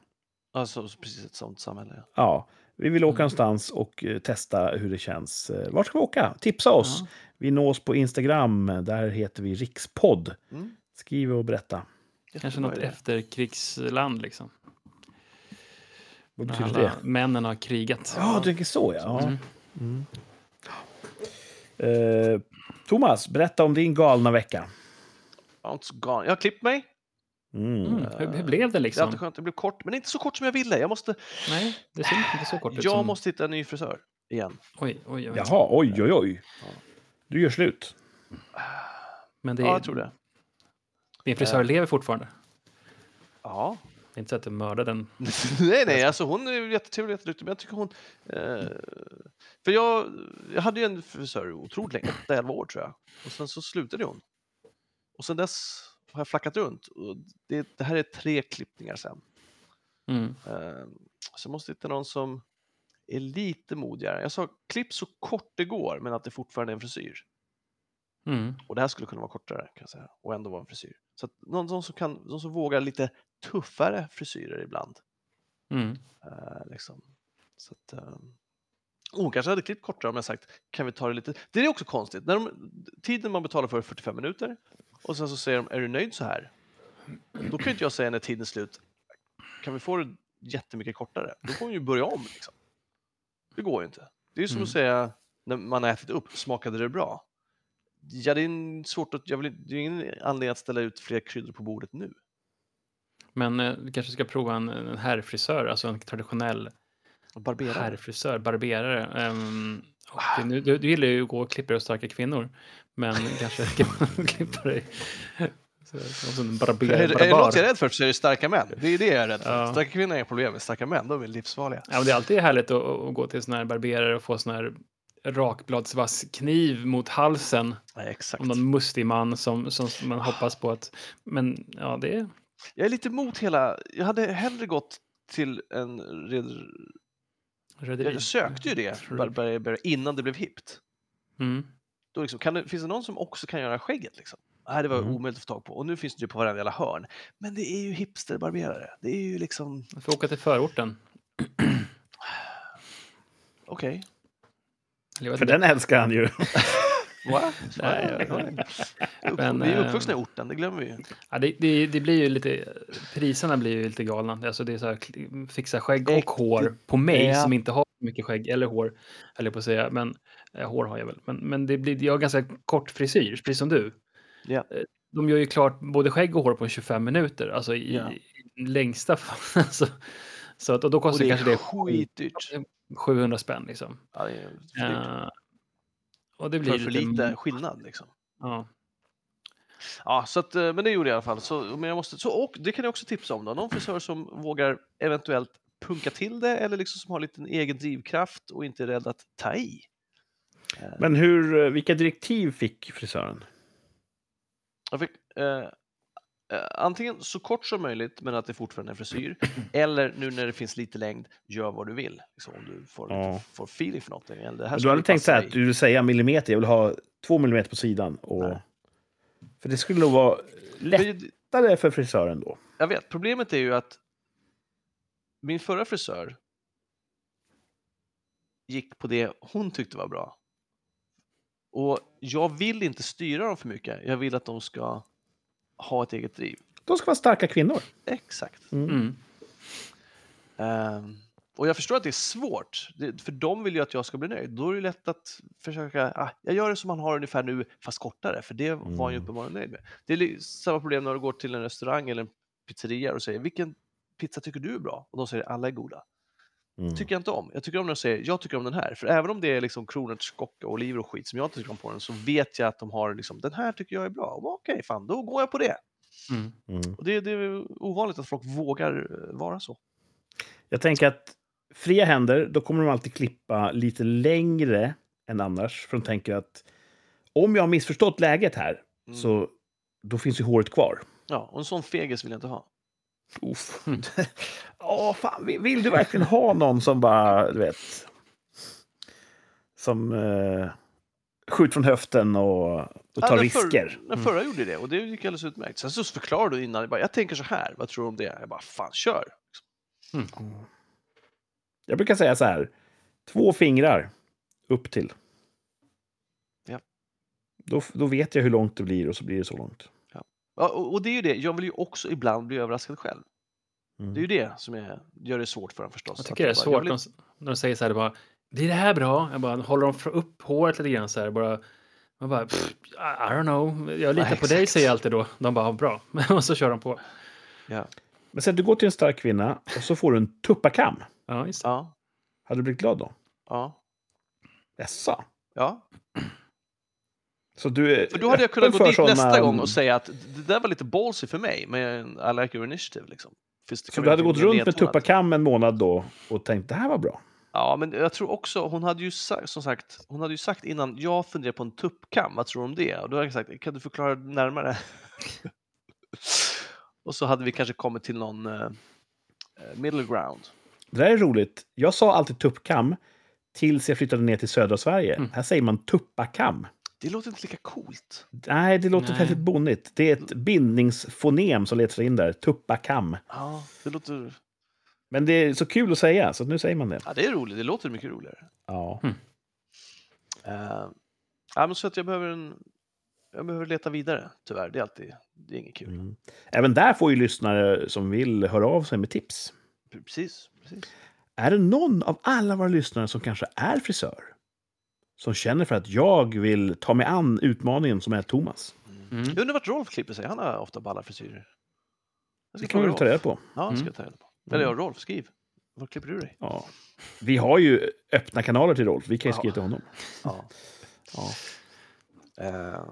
Alltså precis ett sånt samhälle.
Ja, vi vill åka någonstans och eh, testa hur det känns. Eh, Vart ska vi åka? Tipsa oss.
Ja.
Vi nås på Instagram. Där heter vi Rikspodd.
Mm.
Skriv och berätta.
Kanske
Jättebra
något
idé.
efterkrigsland liksom.
Vad
När
betyder
alla
Typ det?
männen har krigat.
Ja, du tänker så, ja. ja.
Mm.
Eh, Thomas, berätta om din galna vecka.
Jag har inte så gal- Jag har klippt mig.
Mm.
Mm. Hur, hur blev det
Det är alltid
liksom?
skönt. Det blev kort, men inte så kort som jag ville. Jag måste,
Nej, det ser inte så kort ut.
jag
som-
måste hitta en ny frisör igen.
Oj, oj, oj.
Jaha, oj, oj, oj.
Ja.
Du gör slut.
Men det
Ja,
är,
jag tror det.
din frisör lever fortfarande.
Ja.
Det är inte så att du mördade den.
nej, nej, alltså hon är ju jättetrevlig och jätteduktig, men jag tycker hon... Eh, för jag, jag hade ju en frisör otroligt länge, 11 år tror jag, och sen så slutade hon. Och sen dess har jag flackat runt. Och det, det här är tre klippningar sen.
Mm.
Eh, så jag måste hitta någon som är lite modigare. Jag sa klipp så kort det går, men att det fortfarande är en frisyr.
Mm.
Och det här skulle kunna vara kortare kan jag säga, och ändå vara en frisyr. Så att någon, någon, som kan, någon som vågar lite tuffare frisyrer ibland.
Mm.
Eh, liksom. Så att, eh, hon kanske hade klippt kortare om jag sagt kan vi ta det lite. Det är också konstigt. När de, tiden man betalar för är 45 minuter och sen så säger de är du nöjd så här? Då kan ju inte jag säga när tiden är slut kan vi få det jättemycket kortare? Då får hon ju börja om. Liksom. Det går ju inte. Det är ju som
Mm.
att säga när man har ätit upp, smakade det bra? Ja, det är en svårt att, jag vill, inte- det är ingen anledning att ställa ut fler kryddor på bordet nu.
Men eh, vi kanske ska prova en, en herrfrisör, alltså en traditionell
Och Barbera.
herrfrisör, barberare. Ehm,
Ah.
och nu, du, du gillar ju att gå och klippa dig hos starka kvinnor, men kanske kan man klippa dig så- som en
Är, är,
barberare.
är det något jag är rädd för så är det starka män. Det är det jag är rädd för.
Ja.
Starka kvinnor är inga problem med, starka män, de är livsfarliga.
Ja, men det är alltid härligt att, att gå till sån här barberare och få sån här rakbladsvass kniv mot halsen
Nej, exakt.
om någon mustig man som, som
Ah.
man hoppas på att... Men ja, det är...
Jag är lite emot hela, jag hade hellre gått till en red...
Rederi.
Jag sökte ju det
Tror-
Barbera, innan det blev hippt.
Mm.
Då liksom, kan det, finns det någon som också kan göra skägget? Liksom? Nej, det var
Mm.
omöjligt att få tag på. Och nu finns det ju på varenda jävla hörn. Men det är ju hipsterbarberare. Det är ju liksom,
Jag får åka till förorten.
okej.
Eller jag vet
För
inte.
den älskar han ju.
Va?
Nej, jag vet Men,
vi är
eh,
uppvuxna i orten, det glömmer vi ju.
Ja, det, det, det blir ju lite, priserna blir ju lite galna. Alltså det är så här, kli- fixa skägg och
Äkta-
hår på mig
Ja.
som inte har så mycket skägg eller hår, höll jag på att säga. Men eh, hår har jag väl. Men, men det blir, jag har ganska kort frisyr, precis som du.
Ja.
Eh, De gör ju klart både skägg och hår på 25 minuter, alltså i,
Ja.
i längsta fall. Alltså, så att, och då
Och
kostar
det är
kanske det
skitdyrt.
700 spänn liksom.
Ja, det är för dyrt.
Eh, och det blir
För, för
lite,
lite skillnad liksom.
Ja.
Ja, så att, eh, men det gjorde jag i alla fall. Så, men jag måste, så, och det kan jag också tipsa om. Då. Någon frisör som vågar eventuellt punka till det eller liksom som har lite egen drivkraft och inte är rädd att ta i.
Men hur, eh, vilka direktiv fick frisören?
Jag fick, eh, eh, antingen så kort som möjligt, men att det fortfarande är en frisyr. eller nu när det finns lite längd, gör vad du vill. Liksom, om du får,
Ja.
lite, får feeling för någonting. Eller, det här
Du
skulle
hade tänkt
passa
så här
dig.
att du vill säga millimeter, jag vill ha två millimeter på sidan. Och...
Nej.
För det skulle nog vara
Men ju-
lättare för frisören då.
Jag vet, problemet är ju att min förra frisör gick på det hon tyckte var bra. Och jag vill inte styra dem för mycket. Jag vill att de ska ha ett eget driv.
De ska vara starka kvinnor.
Exakt.
Mm.
Ehm, och jag förstår att det är svårt, det, för de vill ju att jag ska bli nöjd. Då är det lätt att försöka, ah, jag gör det som han har ungefär nu, fast kortare, för det var han ju
Mm.
uppenbarligen nöjd med. Det är li- samma problem när du går till en restaurang eller en pizzeria och säger, vilken pizza tycker du är bra? Och de säger, alla är goda.
Mm.
tycker jag inte om. Jag tycker om när de säger, jag tycker om den här. För även om det är liksom kronärtskocka och oliver och skit som jag inte tycker om på den, så vet jag att de har liksom, den här tycker jag är bra. Och bara, Okej, fan, då går jag på det.
Mm.
Mm.
Och det, det är ovanligt att folk vågar eh, vara så.
Jag tänker att fria händer, då kommer de alltid klippa lite längre än annars. För de tänker att om jag har missförstått läget här,
Mm.
så då finns ju håret kvar.
Ja, och en sån fegis vill jag inte ha.
Uff.
Mm.
Ja, fan, vill, vill du verkligen ha någon som bara, du vet, som eh, skjuter från höften och, och tar
Ja, den
risker? Mm.
Förra, den förra gjorde det och det gick alldeles utmärkt. Sen så förklarade du innan, jag, bara, jag tänker så här, vad tror du om det? Jag bara, fan kör!
Jag brukar säga så här, två fingrar upp till.
Ja.
Då, då vet jag hur långt det blir och så blir det så långt.
Ja, och, och det är ju det, jag vill ju också ibland bli överraskad själv.
Mm.
Det är ju det som är, gör det svårt för en förstås.
Jag
Att
tycker det är
jag bara, jag
svårt
vill-
när de- när de säger så här, det bara, blir det här bra? Jag bara, håller de fr- upp håret lite grann så här, bara, man bara, "Pff, I I don't know, jag litar på dig
exakt.
säger jag alltid då. De bara, "Ja, bra, och så kör de på.
Men sen du går till en stark kvinna och så får du en tuppakam.
Ja, just det.
Ja,
Hade du blivit glad då?
ja,
Jaså?
ja.
Så du är
För då hade jag
öppen
kunnat gå
för
dit
såna-
nästa gång och säga att det där var lite ballsy för mig, men I like your initiative liksom. Finns det-
Så
kan
du
vi
hade
inte
gått
bli
runt med
nedtonad?
tuppakam en månad då och tänkt det här var bra?
Ja, men jag tror också, hon hade ju sagt, som sagt, hon hade ju sagt innan, jag funderar på en tuppkam, vad tror du om det? Och då hade jag sagt, kan du förklara det närmare? och så hade vi kanske kommit till någon eh, eh, middle ground.
Det där är roligt. Jag sa alltid tuppkam tills jag flyttade ner till södra Sverige.
Mm.
Här säger man tuppakam.
Det låter inte lika coolt.
Nej, det låter
Nej.
väldigt bonnigt. Det är ett bindningsfonem som letar sig in där. Tuppakam.
Ja, det låter...
Men det är så kul att säga, så nu säger man det.
Ja, det är roligt, det låter mycket roligare.
Ja.
Eh, ja, men så att jag behöver en... Jag behöver leta vidare, tyvärr. Det är alltid... Det är inget kul.
Mm. Även där får ju lyssnare som vill höra av sig med tips.
Precis, precis.
Är det någon av alla våra lyssnare som kanske är frisör? som känner för att jag vill ta mig an utmaningen som är Thomas.
Mm.
Jag undrar vart Rolf klipper sig. Han har ofta balla frisyrer. Jag
Det
ska
kan vi
fråga
väl ta
Rolf.
reda på.
Ja, det ska
Mm.
jag ta reda på. Eller ja, Rolf, skriv. Var klipper du dig?
Ja. Vi har ju öppna kanaler till Rolf. Vi kan ju skriva till honom.
Ja.
Ja.
Eh,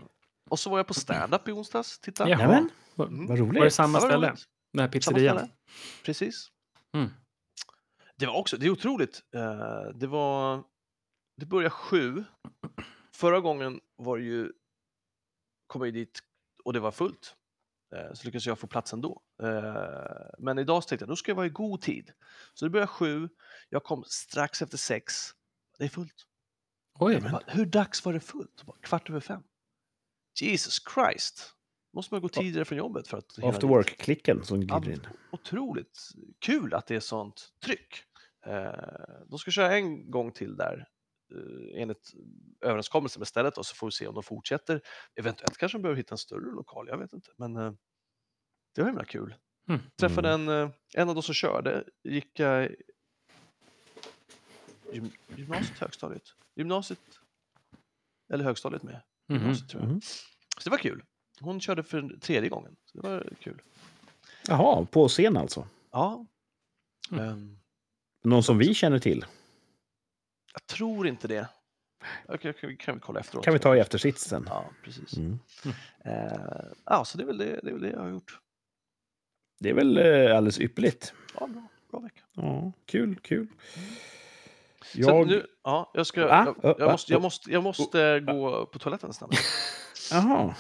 och så var jag på stand-up i onsdags. Titta.
Jaha.
Nämen,
Var,
vad
var det
roligt.
Det
samma
Mm. var
ställe?
roligt.
Den här
Samma
pizzerian?
ställe. Precis.
Mm.
Det var också, det är otroligt. Eh, det var, det började sju. Förra gången var det ju, kom jag ju dit och det var fullt. Eh, så lyckades jag få plats ändå. Eh, men idag så tänkte jag, nu ska jag vara i god tid. Så det började sju, jag kom strax efter sex. Det är fullt.
Oj,
Jag
men.
Bara, Hur dags var det fullt? Jag Bara, kvart över fem. Jesus Christ. Måste man gå tidigare från jobbet för att... hinna
After
dit.
work-klicken som glider in.
Otroligt kul att det är sånt tryck. Eh, De ska köra en gång till där eh, enligt överenskommelsen med stället och så får vi se om de fortsätter. Eventuellt kanske de behöver hitta en större lokal, jag vet inte. Men eh, det var himla kul.
Mm.
Träffade en, eh, en av de som körde, gick jag i gym, gymnasiet, högstadiet? Gymnasiet eller högstadiet med.
Mhm.
Gymnasiet, tror jag.
mhm.
Så det var kul. Hon körde för tredje gången, så det var kul.
Jaha, på scen alltså.
Ja.
Mm.
Ehm,
Någon som vi känner till.
Jag tror inte det. Okej, kan, vi- kan vi kolla efteråt?
kan vi ta i eftersitsen.
Ja, precis.
Mm.
Eh, ja, så det är, väl det, det är väl det jag har gjort.
Det är väl eh, alldeles ypperligt.
Ja, bra, bra vecka.
Ja, kul, kul.
Så
Jag...
nu, ja, jag, ska,
Va?
jag, jag
Va? Oh,
måste, jag måste, jag måste gå på toaletten snabbt.
Jaha.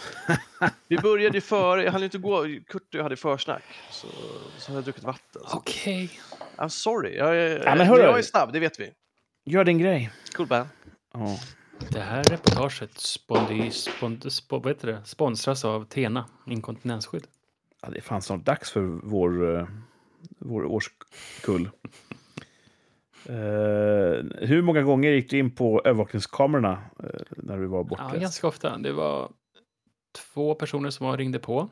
Vi började ju före, jag hann ju inte gå, Kurt och jag hade försnack. Så, så har jag druckit vatten. Så.
Okej.
I'm sorry, jag, är-
Ja, men hörru.
jag är snabb, det vet vi.
Gör din grej.
Cool band.
Ja.
Det här reportaget spondi, spond, spo, vad heter det? sponsras av Tena inkontinensskydd.
Ja, det är fan snart dags för vår, eh, vår årskull. Eh, hur många gånger gick du in på övervakningskamerorna eh, när du var
Ja,
borta?
ganska ofta. Det var två personer som var- ringde på.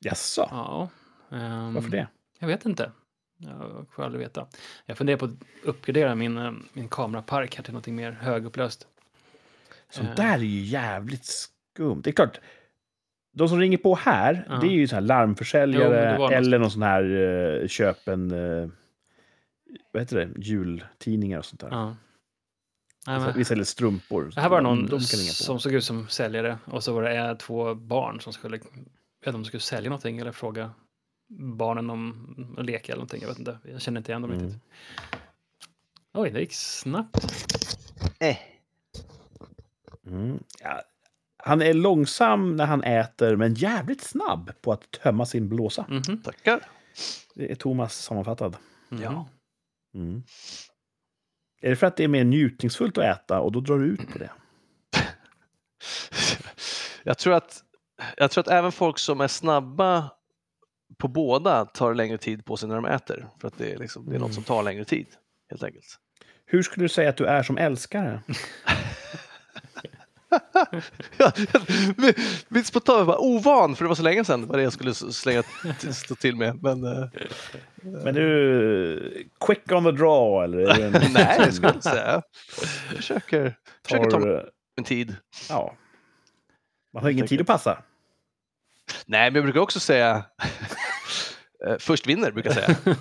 Jaså?
Ja. ehm,
Varför det?
Jag vet inte. Jag får aldrig veta. Jag funderar på att uppgradera min, eh, min kamerapark här till något mer högupplöst. Eh.
Sånt där är ju jävligt skumt. Det är klart, de som ringer på här,
Ja.
det är ju så här
Jo, men
larmförsäljare
det var något-
eller någon sån här eh, köp en... eh, vad heter det? Jultidningar och sånt där.
Ja. Nej,
Så att
men,
Vi säljer strumpor.
det här var
Alltså, De
någon
ska ringa på.
som såg ut som säljare och så var det eh, två barn som skulle, jag vet inte om de skulle sälja någonting eller fråga barnen om att leka eller någonting. Jag vet inte. Jag känner inte igen dem
Mm.
riktigt. Oj, det gick snabbt.
Eh. Mm. Ja. Han är långsam när han äter, men jävligt snabb på att tömma sin blåsa.
Mhm.
Tackar.
Det är Thomas sammanfattad.
Mhm.
Ja.
Mm. Är det för att det är mer njutningsfullt att äta och då drar du ut på det?
Jag tror, att, jag tror att även folk som är snabba på båda tar längre tid på sig när de äter. För att det är, liksom, det är något som tar längre tid, helt enkelt.
Hur skulle du säga att du är som älskare?
Ja, Mitt spontana var ovan, för det var så länge sedan vad det jag skulle s- slänga t- stå till med. Men eh,
Men är du quick on the draw eller? Är du en
nej, det
som
skulle jag inte säga. Jag försöker, försöker ta mig
tar,
en tid.
ja. Man har ingen tid att passa.
Nej, men jag brukar också säga eh, först vinner, brukar jag säga.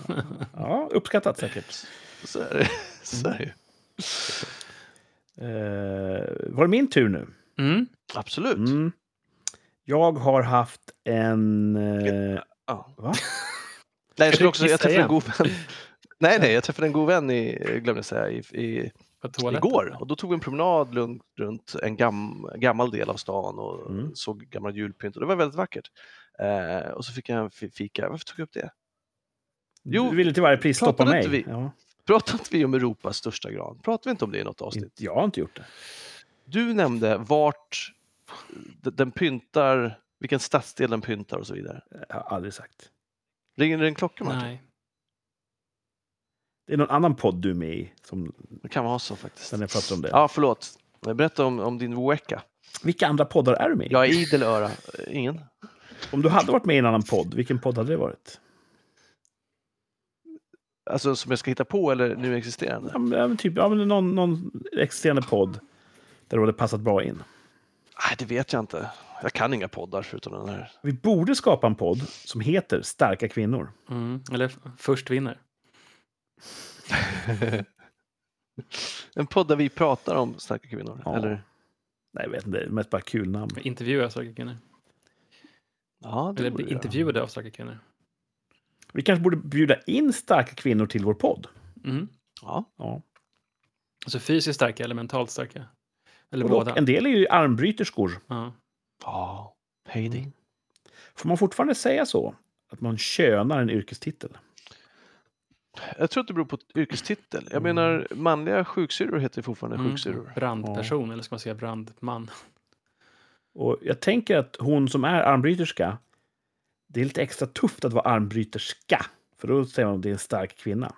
Ja, uppskattat säkert.
Så är det. Så är det. ju.
Eh, var det min tur nu?
Mm.
Absolut.
Mm. Jag har haft en... Eh,
Ja.
va?
Nej, jag, skulle
du
också, jag
kissa
träffade en
igen?
god vän. Nej, nej, jag träffade en god vän i, glömde jag säga, i, i,
På toaletten.
igår och då tog vi en promenad lugnt runt en gam, gammal del av stan och
Mm.
såg gamla julpynt och det var väldigt vackert. Eh, och så fick jag en fi- fika. Varför tog jag upp det? Jo,
du ville till varje pris stoppa
pratade
mig.
inte vi?
Ja,
Pratade inte vi om Europas största gran? Pratade vi inte om det i något avsnitt?
inte, jag har inte gjort det.
Du nämnde vart d- den pyntar, vilken stadsdel den pyntar och så vidare.
Jag har aldrig sagt.
Ringer det en klocka, Martin?
Nej.
Det är någon annan podd du är med i som
Det kan vara så faktiskt.
när jag pratar om det.
Ja, förlåt. Berätta om, om din vecka.
Vilka andra poddar är du med i?
Jag är idel öra. Eh, Ingen?
Om du hade varit med i en annan podd, vilken podd hade det varit?
Alltså som jag ska hitta på eller nu existerande?
Ja, men, ja, men typ, ja, men någon, någon existerande podd Där det hade passat bra in.
Nej, det vet jag inte. Jag kan inga poddar förutom den här.
Vi borde skapa en podd som heter Starka kvinnor.
Mm. Eller f- först vinner.
En podd där vi pratar om starka kvinnor.
Ja.
Eller?
Nej, jag vet inte. Det är mest bara kul namn.
Intervjuar av starka kvinnor.
Ja, det
Eller
borde
bli
vi göra.
intervjuade av starka kvinnor.
Vi kanske borde bjuda in starka kvinnor till vår podd.
Mm.
Ja.
Ja.
Alltså fysiskt starka eller mentalt starka. Eller
Och
båda.
dock, en del är ju armbryterskor.
Ja.
ja. Mm. Höjning.
Får man fortfarande säga så? Att man könar en yrkestitel?
Jag tror att det beror på yrkestitel. Jag menar, manliga sjuksyrror heter fortfarande
Mm.
sjuksyrror.
Brandperson, eller ska man säga brandman?
Och jag tänker att hon som är armbryterska, det är lite extra tufft att vara armbryterska. För då säger man att det är en stark kvinna.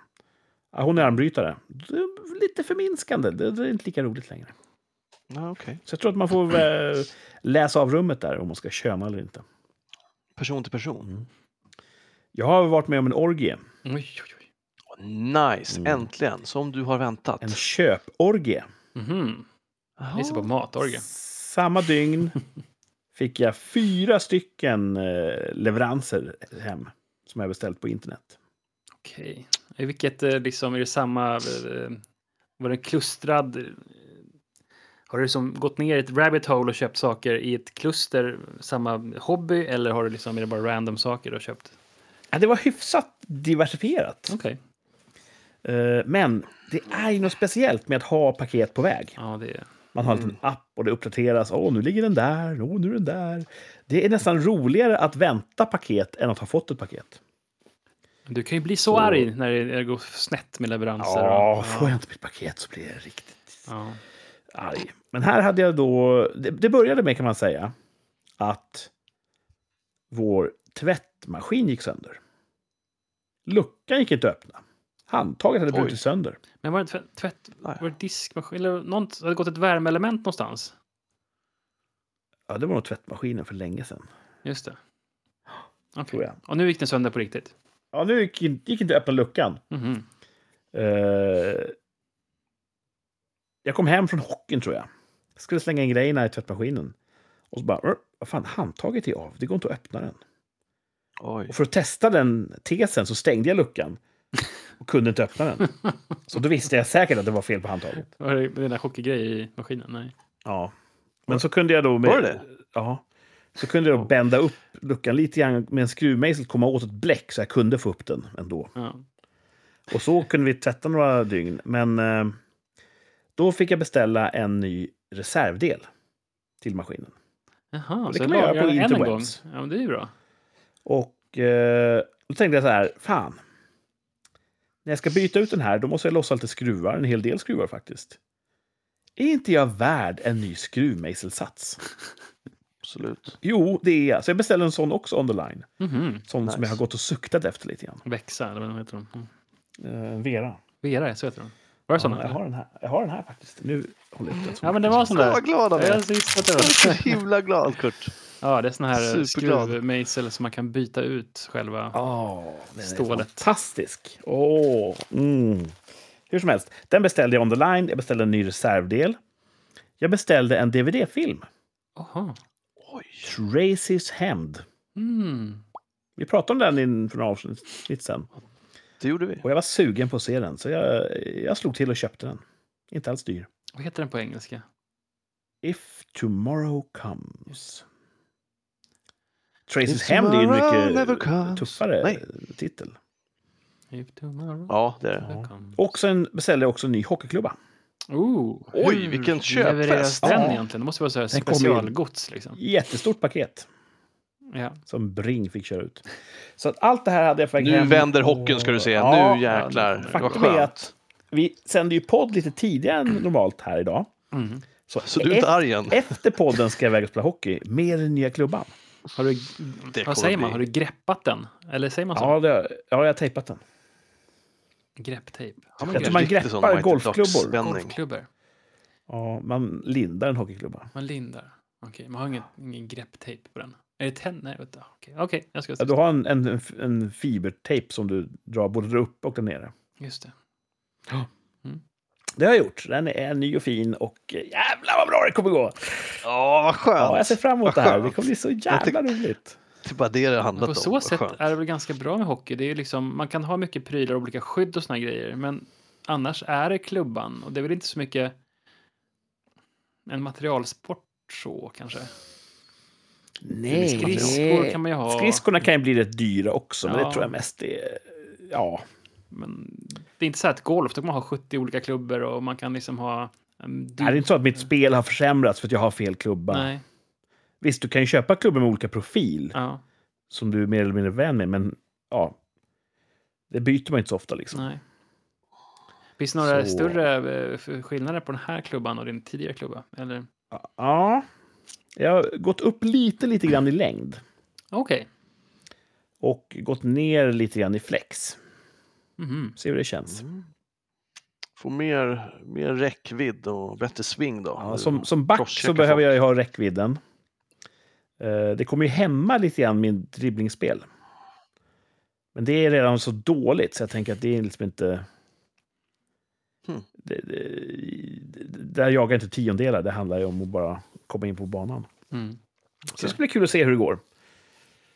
Ja, Hon är armbrytare. Det är lite förminskande. Det det är inte lika roligt längre.
Ja, okej.
Så jag tror att man får eh, läsa av rummet där om man ska köna eller inte.
Person till person.
Jag har varit med om en orgie.
Oj, oj, oj.
Nice,
Mm.
äntligen. Som du har väntat.
En köporgie.
Mhm.
Jaha.
Gissa på matorgie.
Samma dygn fick jag fyra stycken eh, leveranser hem som jag beställt på internet.
Okej. I Vilket, eh, liksom, är det samma... eh, Var den klustrad? eh, Har du liksom gått ner i ett rabbit hole och köpt saker i ett kluster, samma hobby, eller har du liksom, är det bara random saker du har köpt?
Ja, det var hyfsat diversifierat.
Okej.
Eh, men det är ju något speciellt med att ha paket på väg.
Ja, det är...
Man har en liten app och det uppdateras. Åh, nu ligger den där. Åh, nu är den där. Det är nästan roligare att vänta paket än att ha fått ett paket.
Du kan ju bli så arg när det när det går snett med leveranser.
Ja,
och,
får jag inte mitt paket så blir jag riktigt
ja.
arg. Men här hade jag då... Det, det började med, kan man säga, att vår tvättmaskin gick sönder. Luckan gick inte att öppna. Handtaget hade
Oj.
brutit sönder.
Men var det tvätt, tvätt
Ah,
Nej.
var det diskmaskin eller något? Hade det gått ett värmeelement någonstans?
Ja, det var nog tvättmaskinen för länge sedan,
Just det. Okej.
tror jag.
Och nu gick den sönder på riktigt.
Ja, nu gick, gick inte att öppna luckan.
Mhm.
Eh, jag kom hem från hockeyn, tror jag. jag. Skulle slänga in grejerna i tvättmaskinen. Och så bara, "Åh, vad fan, handtaget är av. Det går inte att öppna den.
Oj.
Och för att testa den tesen så stängde jag luckan och kunde inte öppna den. Så då visste jag säkert att det var fel på handtaget.
Var det den där chockgrejen i maskinen? Nej.
Ja. Men så kunde jag då... Med,
Var det?
Ja. Så kunde jag då bända upp luckan lite grann med en skruvmejsel, komma åt ett bläck så jag kunde få upp den ändå.
Ja.
Och så kunde vi tvätta några dygn. Men eh, då fick jag beställa en ny reservdel till maskinen.
Jaha,
det
så
kan
jag
man göra
lagar
på
den än en gång.
interwebs.
Ja, men det är ju bra.
Och eh, då tänkte jag så här, fan. När jag ska byta ut den här, då måste jag lossa lite skruvar. En hel del skruvar faktiskt. Är inte jag värd en ny skruvmejselsats?
Absolut.
Jo, det är jag. Så jag beställde en sån också on the line.
Mhm.
Sån som
Nice.
jag har gått och suktat efter lite grann.
Växa, eller vad heter de? Mm.
Eh, Vera.
Vera, så heter de. Var det sådana?
jag,
eller?
har den här. jag har den här faktiskt. Nu håller jag upp den.
Ja, men det var sån där.
Vad glad han
Jag
är.
har sist att det
Jag är
var.
så himla glad, Kurt.
Ja, det är sån här eh,
Superglad.
skruvmejsel som man kan byta ut själva.
Oh, den är
Stålet.
fantastisk. Åh, mm. Hur som helst, den beställde jag on the line. Jag beställde en ny reservdel. Jag beställde en dvd-film.
Jaha.
Oj.
Tracys hämnd.
Mm.
Vi pratade om den in, för några avsnitt sen.
Det gjorde vi.
Och jag var sugen på att se den, så jag, jag slog till och köpte den. Inte alls dyr.
Vad heter den på engelska?
If tomorrow comes. Tracys hämnd är ju
tomorrow
en
never
mycket
comes.
tuffare
Nej.
titel.
If tomorrow
Ja, det är det.
comes.
Och sen beställde jag också en ny hockeyklubba.
Oh,
Oj,
hur
vilken
levereras
köpfest!
den
Ja.
egentligen? Det måste vara så här
Den kom in.
specialgods liksom.
Jättestort paket.
Ja.
som Bring fick köra ut. Så att allt det här hade jag på väg
Nu
hem.
vänder hockeyn ska du se.
Ja,
nu jäklar. Det var
Faktum är
skönt.
att vi sänder ju podd lite tidigare än normalt här idag.
Mm.
Så,
Så du är inte
ef-
arg än?
efter podden ska jag iväg och spela hockey med den nya klubban.
Har du,
Det
vad
kommer
säger man?
bli-
Har du greppat den? Eller säger man så?
Ja, det, ja jag har tejpat den.
Grepptejp? Har man
Jag tror
grepp?
man
Riktigt sån
greppar
Mighty Ducks
golfklubbor.
vändning.
Golfklubbor?
Ja, man lindar en hockeyklubba.
Man lindar? Okej, man har ingen, ingen grepptejp på den? Är det tenn? Nej, vänta. Okej, okej, jag ska...
Ja, Du har en, en, en fibertejp som du drar både där uppe och där nere.
Just det.
Det har jag gjort. Den är ny och fin och jävlar vad bra det kommer gå!
Ja, vad skönt.
Ja, jag ser fram emot det här.
skönt.
Det kommer bli så jävla roligt.
Det är Typ bara det det handlar om.
På så
Vad
sätt
skönt.
är det väl ganska bra med hockey. Det är ju liksom, man kan ha mycket prylar och olika skydd och såna här grejer, men annars är det klubban och det är väl inte så mycket en materialsport så kanske.
Nej,
Skridskor kan man ju ha.
Skridskorna kan ju bli rätt dyra också, men det
Ja.
tror jag mest är... Ja,
Men det är inte så här att golf, då kan man ha 70 olika klubbor och man kan liksom ha... Um,
Nej, det är inte så att mitt spel har försämrats för att jag har fel klubba.
Nej,
Visst, du kan ju köpa klubbor med olika profil
ja,
som du är mer eller mindre vän med, men ja. Det byter man inte så ofta liksom.
nej. Finns det några
Så.
större eh, f- skillnader på den här klubban och din tidigare klubba? Eller?
Ja, jag har gått upp lite, lite grann i längd
Okej.
och gått ner lite grann i flex.
Mhm.
Se hur det känns.
Mm. Få mer, mer räckvidd och bättre sving då.
Ja,
Nu
som, som back så
crosschecka
behöver
folk.
jag ju ha räckvidden. Eh, Det kommer ju hämma lite grann min dribblingspel. Men det är redan så dåligt så jag tänker att det är liksom inte...
Hmm.
Det, det, det- där jagar jag inte tiondelar, det handlar ju om att bara komma in på banan.
Mm.
Så det ska bli kul att se hur det går.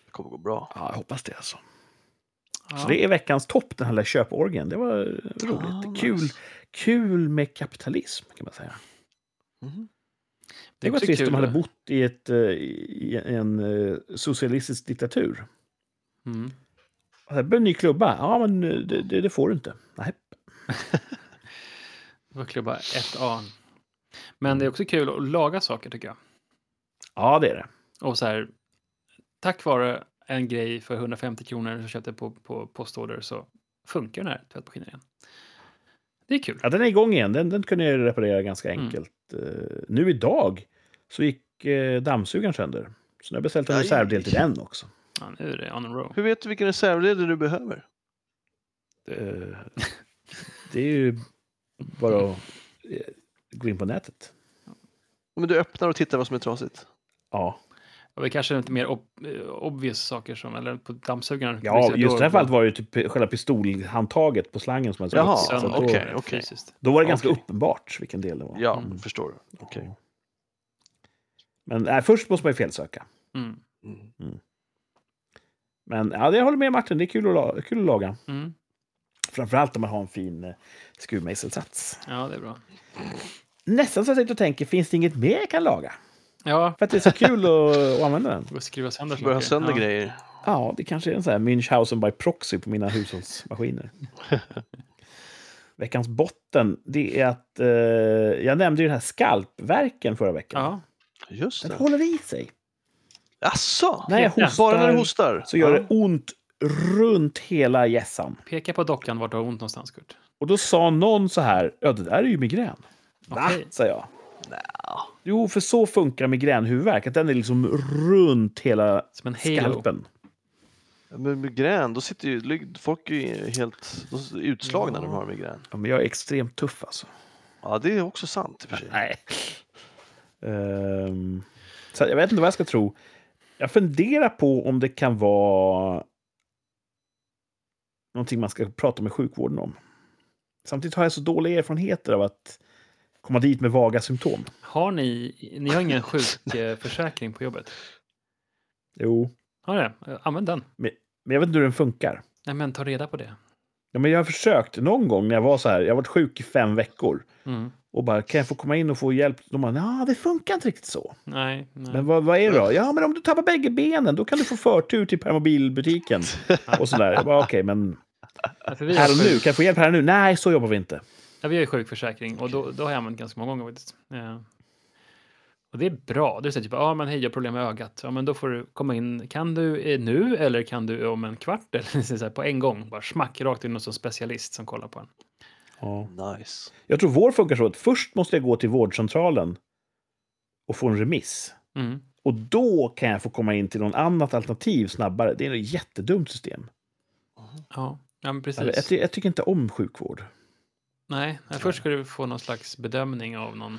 Det kommer gå bra.
Ja, jag hoppas det alltså.
Ja.
Så det är veckans topp, den här lilla köporgen. Det var
Ah,
roligt.
nice.
kul, kul med kapitalism, kan man säga.
Mhm.
Det var
också
trist om
kul.
man hade bott i, ett, eh, i en eh, socialistisk diktatur.
Mm.
Och så här, "Börja en ny klubba? Ja, men eh, det, det, det får du inte. Nej.
Det var klubba 1A. Men det är också kul att laga saker tycker jag.
Ja, det är det.
Och så här, tack vare en grej för 150 kronor som jag köpte på, på postorder så funkar den här tvättmaskinen igen. Det är kul.
Ja, den är igång igen. Den, den kunde jag reparera ganska
Mm.
enkelt. Eh, nu idag så gick eh, dammsugaren sönder. Så nu har jag beställt en
Aj.
reservdel till den också.
Ja, nu är det on a row.
Hur vet du vilken reservledare du behöver?
Eh, det är ju bara att eh, gå in på nätet.
Men du öppnar och tittar vad som är trasigt.
Ja,
Och det kanske är lite mer ob eh, obvious saker som, eller på dammsugaren.
ja just i det här fallet var det ju typ själva pistolhandtaget på slangen som hade
Jaha,
slagit. Så att då,
okej, okej.
Fysiskt.
då var det ganska
Okej.
uppenbart vilken del det var.
Ja,
Mm.
förstår du. Okej.
Men nej, först måste man ju felsöka.
Mm.
Mm.
Men ja, det- jag håller med Martin, det är kul att, la- kul att laga.
Mm.
Framförallt om man har en fin eh, skruvmejselsats.
Ja, det är bra.
Nästan så jag sitter och tänker, finns det inget mer jag kan laga?
Ja,
För att det är så kul att, att använda den.
och skriva sönder
Börja ha
saker.
sönder
ja.
grejer.
Ja, det kanske är en sån här Münchhausen by proxy på mina hushållsmaskiner. Veckans botten, det är att eh, jag nämnde ju den här skalpverken förra veckan.
Ja,
Just
Den
det.
håller i sig.
Jaså?
När jag
Ja,
hostar
Bara när du hostar?
så gör
Ja.
det ont runt hela hjässan.
peka på dockan vart du har ont någonstans, Kurt.
Och då sa någon så här, ja det där är ju migrän. Va?
Okej.
sa jag. Jo, för så funkar migränhuvudvärk, att den är liksom runt hela
Som en halo.
skalpen.
Men migrän, då sitter ju ligg- folk är ju helt de är utslagna när de har migrän.
Ja, men jag är extremt tuff alltså.
Ja, det är också sant i och för sig.
Nej. Typ. Ehm, så jag vet inte vad jag ska tro. Jag funderar på om det kan vara någonting man ska prata med sjukvården om. Samtidigt har jag så dåliga erfarenheter av att komma dit med vaga symptom.
Har ni, ni har ingen sjukförsäkring på jobbet?
Jo,
Har det? Använd den.
men jag vet inte hur den funkar.
Nej, men ta reda på det.
Ja, men jag har försökt någon gång när jag var så här. Jag har varit sjuk i fem veckor
Mm.
och bara kan jag få komma in och få hjälp? De bara, nej, det funkar inte riktigt så.
Nej, nej.
Men vad, vad är det då?
Mm.
Ja, men om du tappar bägge benen, då kan du få förtur till permobilbutiken. Och sådär. Jag bara, Okej, men
Ja, för vi, har
här och nu,
sjuk,
kan jag få hjälp här och nu? Nej, så jobbar vi inte.
ja, vi har ju sjukförsäkring och då, då har jag använt ganska många gånger faktiskt. Eh, Och det är bra. Du säger typ, ja ah, men hej, jag har problem med ögat. Ja, men då får du komma in. Kan du eh, nu eller kan du om en kvart eller så här, på en gång? Bara smack rakt in hos en specialist som kollar på en.
Ja.
Nice.
Jag tror vår funkar så att först måste jag gå till vårdcentralen och få en remiss.
Mm.
Och då kan jag få komma in till någon annat alternativ snabbare. Det är ett jättedumt system.
Ja, ja men
Jag, jag,
precis.
ty- jag tycker inte om sjukvård.
Nej, men först ska du få någon slags bedömning av någon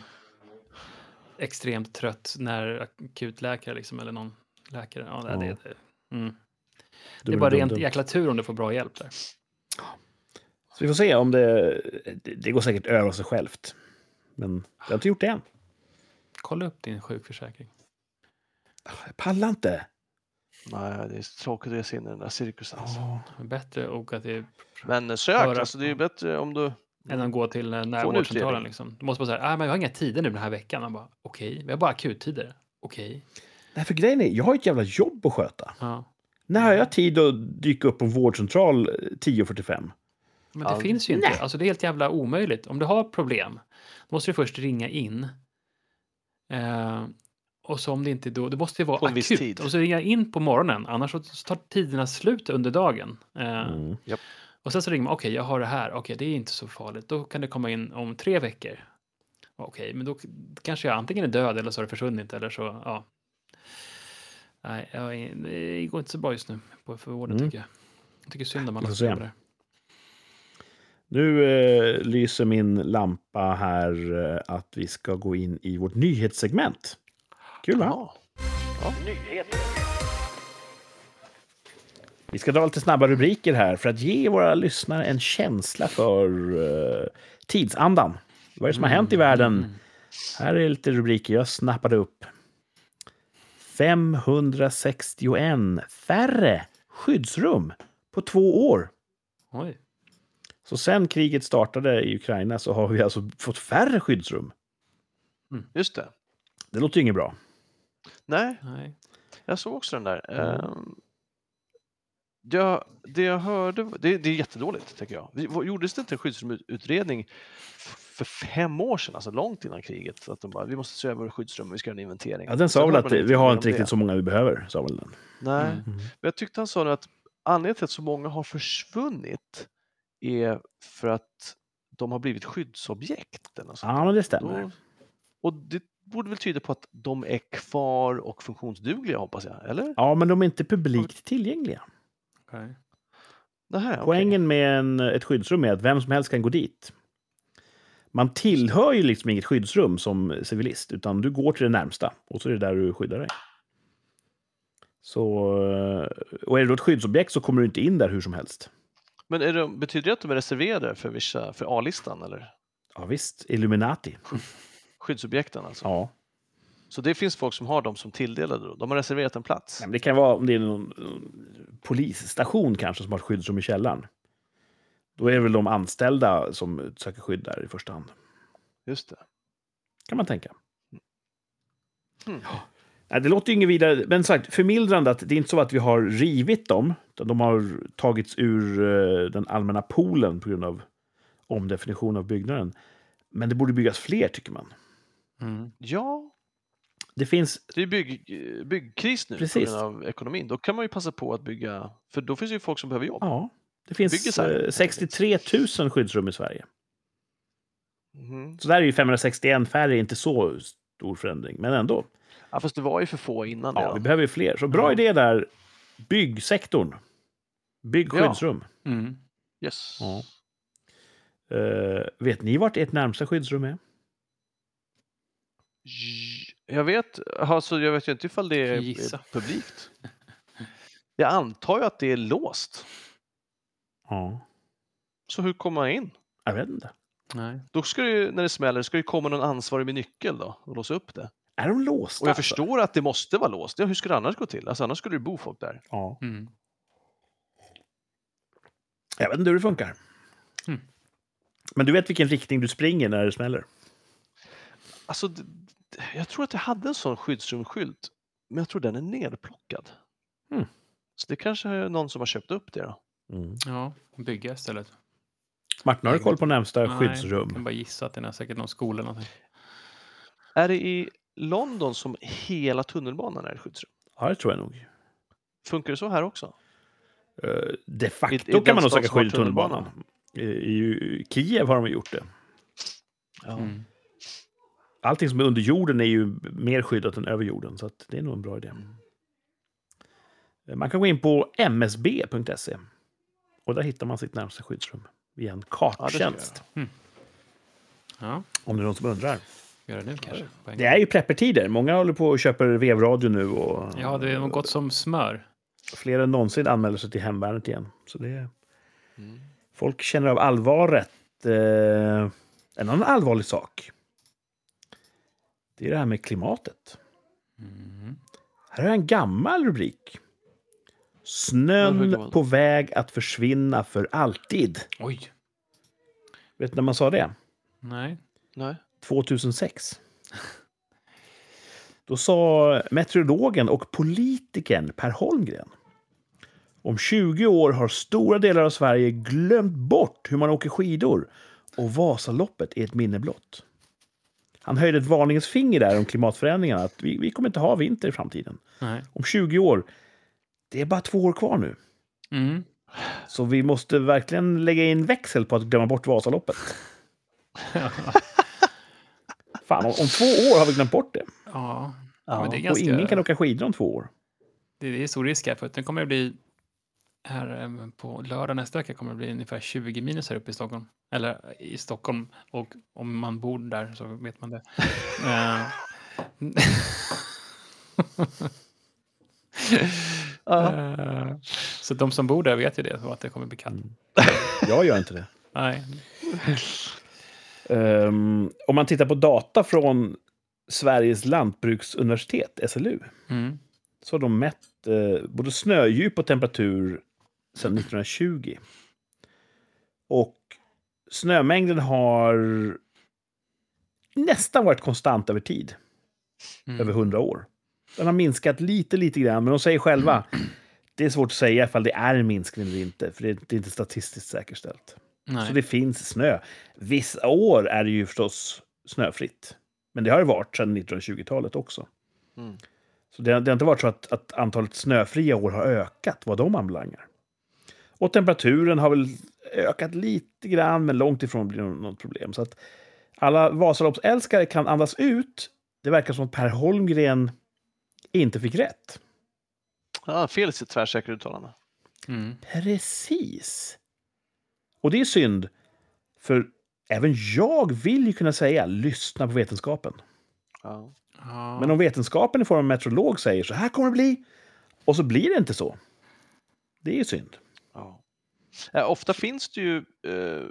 extremt trött när akutläkare liksom, eller någon läkare. Ja, det,
Ja.
det, det. Mm. Det är
Dum,
bara
dum,
rent
dum.
jäkla tur om du får bra hjälp där.
Så vi får se om det... det- Det går säkert över av sig självt. Men jag har inte gjort det än.
Kolla upp din sjukförsäkring.
Ah, Jag pallar inte.
Nej, det är tråkigt att ge sig in i den där cirkusen. Alltså.
Åh.
Det är bättre att åka till
Men eh, sök,
Höra.
alltså, det är ju bättre om du...
än att gå till eh, närvårdscentralen.
Mm. utredning.
Liksom. Då måste man säga, ah, men jag har inga tider nu den här veckan. Man bara, okej, vi har bara akuttider. Okej.
Nej, för grejen är, jag har ett jävla jobb att sköta.
Ja.
När har jag tid att dyka upp på en vårdcentral eh, 10.45?
Men det
Ja,
finns ju inte.
nej.
Alltså det är helt jävla omöjligt. Om du har problem, då måste du först ringa in. Eh, och så om det inte då, det måste ju vara
På en viss
akut.
tid.
Och så ringa in på morgonen, annars så tar tiderna slut under dagen. Eh,
Mm.
Och sen så ringer man, okej, jag har det här, okej, det är inte så farligt, då kan det komma in om tre veckor. Okej, men då kanske jag antingen är död eller så har det försvunnit eller så, ja. Nej, jag, är- det går inte så bra just nu på för vården
Mm.
tycker jag. Jag tycker synd om alla
Vi får
som
se.
jobbar där.
Nu eh, lyser min lampa här eh, att vi ska gå in i vårt nyhetssegment. Kul va?
Ja.
Vi ska dra lite snabba rubriker här för att ge våra lyssnare en känsla för eh, tidsandan. Vad är det som har hänt i
Mm.
världen? Här är lite rubriker jag snappade upp. 561 färre skyddsrum på två år.
Oj.
Så sen kriget startade i Ukraina så har vi alltså fått färre skyddsrum.
Just det.
Det låter ju inget bra.
Nej,
Nej.
jag såg också den där.
Mm.
Ehm, Jag, det jag hörde, det, det är jättedåligt tycker jag. Vi, vad- gjordes det inte en skyddsrumutredning f- för fem år sedan, alltså långt innan kriget? Att de bara, vi måste se över skyddsrummen, vi ska göra en inventering.
Ja, den sa väl
Sen hörde
att
man
vi har
mer
inte
om
riktigt
det.
så många vi behöver, sa väl den.
Nej,
Mm.
men jag tyckte han sa nu att anledningen till att så många har försvunnit är för att de har blivit skyddsobjekt. Eller något sånt.
Ja, men det stämmer.
Då, och det borde väl tyda på att de är kvar och funktionsdugliga hoppas jag, eller?
Ja, men de är inte publikt tillgängliga.
Okej.
Nähä, okej.
Poängen med en, ett skyddsrum är att vem som helst kan gå dit. Man tillhör ju liksom inget skyddsrum som civilist, utan du går till det närmsta och så är det där du skyddar dig. Så, eh, och är det då ett skyddsobjekt så kommer du inte in där hur som helst.
Men är de, betyder det att de är reserverade för, vissa, för A-listan eller
Ja, visst, Illuminati.
skyddsobjekten alltså?
Ja.
Så det finns folk som har dem som tilldelade då? De har reserverat en plats?
Nej, men det kan vara om det är någon eh, polisstation kanske som har ett skyddsrum i källaren. Då är det väl de anställda som söker skydd där i första hand.
Just det.
kan man tänka.
Mm.
Ja. Nej, det låter ju inget vidare, men som sagt, förmildrande att det är inte så att vi har rivit dem. Utan de har tagits ur eh, den allmänna poolen på grund av omdefinition av byggnaden. Men det borde byggas fler, tycker man.
Mm.
Ja,
Det finns...
det är bygg, byggkris nu
Precis.
på grund av ekonomin. Då kan man ju passa på att bygga, för då finns det ju folk som behöver jobb.
Ja, det
Bygger
finns
så här.
eh, 63 000 skyddsrum i Sverige.
Mhm.
Så där är ju 561 färre inte så stor förändring, men ändå.
Ja, fast det var ju för få innan
Ja, vi
redan.
behöver ju fler. Så bra
Ja.
idé där. Byggsektorn. Bygg
Ja.
skyddsrum.
Mm.
Yes.
Ja. Eh, vet ni vart ert närmsta skyddsrum är?
J- Jag vet, alltså, jag vet ju inte ifall det är
Gissa.
är publikt. Jag antar ju att det är låst.
Ja.
Så hur kommer man in?
Jag vet inte.
Nej.
Då ska det ju, när det smäller, ska det ju komma någon ansvarig med nyckel då och låsa upp det.
Är de låsta?
Och jag
alltså?
förstår att det måste vara låst. Ja, hur skulle det annars gå till? Alltså, annars skulle det ju bo folk där.
Ja.
Mm.
Jag vet inte hur det funkar.
Hmm.
Mm.
Men du vet vilken riktning du springer när det smäller?
Alltså, d- d- jag tror att jag hade en sån skyddsrumsskylt, men jag tror den är nedplockad.
Mm.
Så det kanske är någon som har köpt upp det då.
Ja, bygga istället.
Martin, har du koll på närmsta
Nej, Jag kan
skyddsrum?
bara gissa att det är säkert någon skola eller någonting.
Är det i London som hela tunnelbanan är ett skyddsrum?
Ja, det tror jag nog.
Funkar det så här också?
Eh, de
I- i
facto
den
kan man nog
stad
söka
som har
skydd i tunnelbanan. I, I Kiev har de gjort det.
Ja.
Mm.
Allting som är under jorden är ju mer skyddat än över jorden, så att det är nog en bra idé. Man kan gå in på msb.se E. och där hittar man sitt närmsta skyddsrum via en
Ja, det ska jag göra.
karttjänst,
Ja,
om det är någon som undrar.
gör det nu kanske. på en
Det
gång.
är ju preppertider. Många håller på och köper vevradio nu och
Ja, det har gått som smör.
fler än någonsin anmäler sig till hemvärnet igen. Så det är
Mm.
Folk känner av allvaret. Eh, en annan allvarlig sak. Det är det här med klimatet.
Mm.
Här har jag en gammal rubrik.
Hur
Snön
gammal?
på väg att försvinna för alltid.
Oj.
Vet du när man sa det?
Nej.
Nej.
2006. Då sa meteorologen och politikern Per Holmgren. Om 20 år har stora delar av Sverige glömt bort hur man åker skidor och Vasaloppet är ett minne blott. Han höjde ett varningens finger där om klimatförändringarna. Att vi, vi kommer inte ha vinter i framtiden.
Nej.
Om 20 år, det är bara två år kvar nu.
Mm.
Så vi måste verkligen lägga in växel på att glömma bort Vasaloppet. Fan, om, om två år har vi glömt bort det.
Ja.
Ja.
Men det är
Och
ganska...
ingen kan åka skidor om två år.
Det det är stor risk här, för att den kommer att bli här eh, på lördag nästa vecka kommer det bli ungefär 20 minus här uppe i Stockholm. Eller i Stockholm, och om man bor där så vet man det. Eh,
Ja.
eh, så de som bor där vet ju det, så att det kommer bli
Mm.
kallt.
Jag gör inte det.
Nej.
Ehm, om man tittar på data från Sveriges lantbruksuniversitet, SLU,
Mm.
så har de mätt eh, både snödjup och temperatur sedan 1920. Och snömängden har nästan varit konstant över tid.
Mm.
över 100 år. Den har minskat lite, lite grann, men de säger själva
Mm.
det är svårt att säga ifall det är en minskning eller inte, för det är, det är inte statistiskt säkerställt.
Nej.
Så det finns snö. Vissa år är det ju förstås snöfritt, men det har det varit sedan 1920-talet också.
Mm.
Så det, har- det har inte varit så att, att antalet snöfria år har ökat, vad de anbelangar. Och temperaturen har väl ökat lite grann, men långt ifrån blir det något problem. Så att alla Vasaloppsälskare kan andas ut. Det verkar som att Per Holmgren inte fick rätt.
Ja, Ah, fel i sitt tvärsäkra uttalande.
Mm.
Precis. Och det är synd, för även jag vill ju kunna säga lyssna på vetenskapen.
Ja.
Ja.
Men om vetenskapen i form av meteorolog säger så här kommer det bli, och så blir det inte så. Det är ju synd.
Ja. Eh, Ofta finns det ju eh,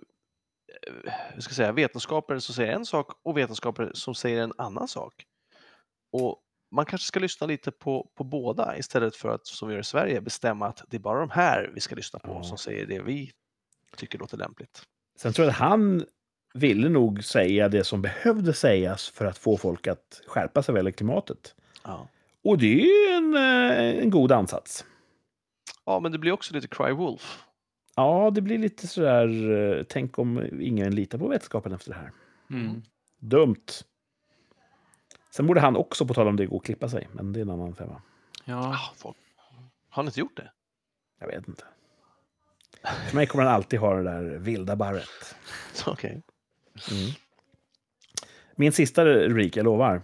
hur ska jag säga, vetenskaper som säger en sak och vetenskaper som säger en annan sak. Och Man kanske ska lyssna lite på, på båda istället för att, som vi gör i Sverige, bestämma att det är bara de här vi ska lyssna på
Ja.
som säger det vi tycker låter lämpligt.
Sen tror jag att han ville nog säga det som behövde sägas för att få folk att skärpa sig vad gäller klimatet.
Ja.
Och det är ju en, eh, en god ansats.
ja, men det blir också lite cry wolf.
Ja, det blir lite sådär, eh, tänk om ingen litar på vetenskapen efter det här.
Mm.
Dumt. Sen borde han också, på tal om det, gå och klippa sig. Men det är en annan femma.
Ja.
Ah, folk. Har ni inte gjort det?
Jag vet inte. För mig kommer han alltid ha det där vilda barret.
Okej.
Mm. Min sista rubrik, jag lovar.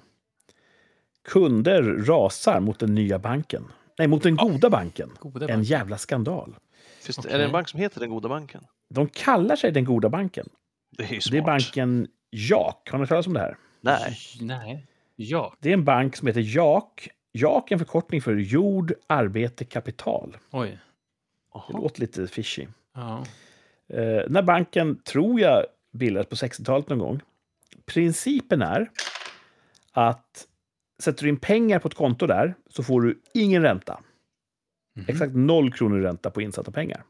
Kunder rasar mot den nya banken. Nej, mot den goda banken.
Goda
En
barn.
jävla skandal.
Finns det- Är det
Okej.
en bank som heter Den goda banken?
De kallar sig den goda banken.
Det är ju smart.
Det är banken Jak. Har ni hört talas om det här?
Nej.
Nej. Ja.
Det är en bank som heter Jak. Jak är en förkortning för jord, arbete, kapital.
Oj.
Det
Jaha.
låter lite fishy.
Ja.
Eh, när banken, tror jag, bildades på 60-talet någon gång. Principen är att sätter du in pengar på ett konto där så får du ingen ränta.
Mhm.
Exakt noll kronor i ränta på insatta pengar.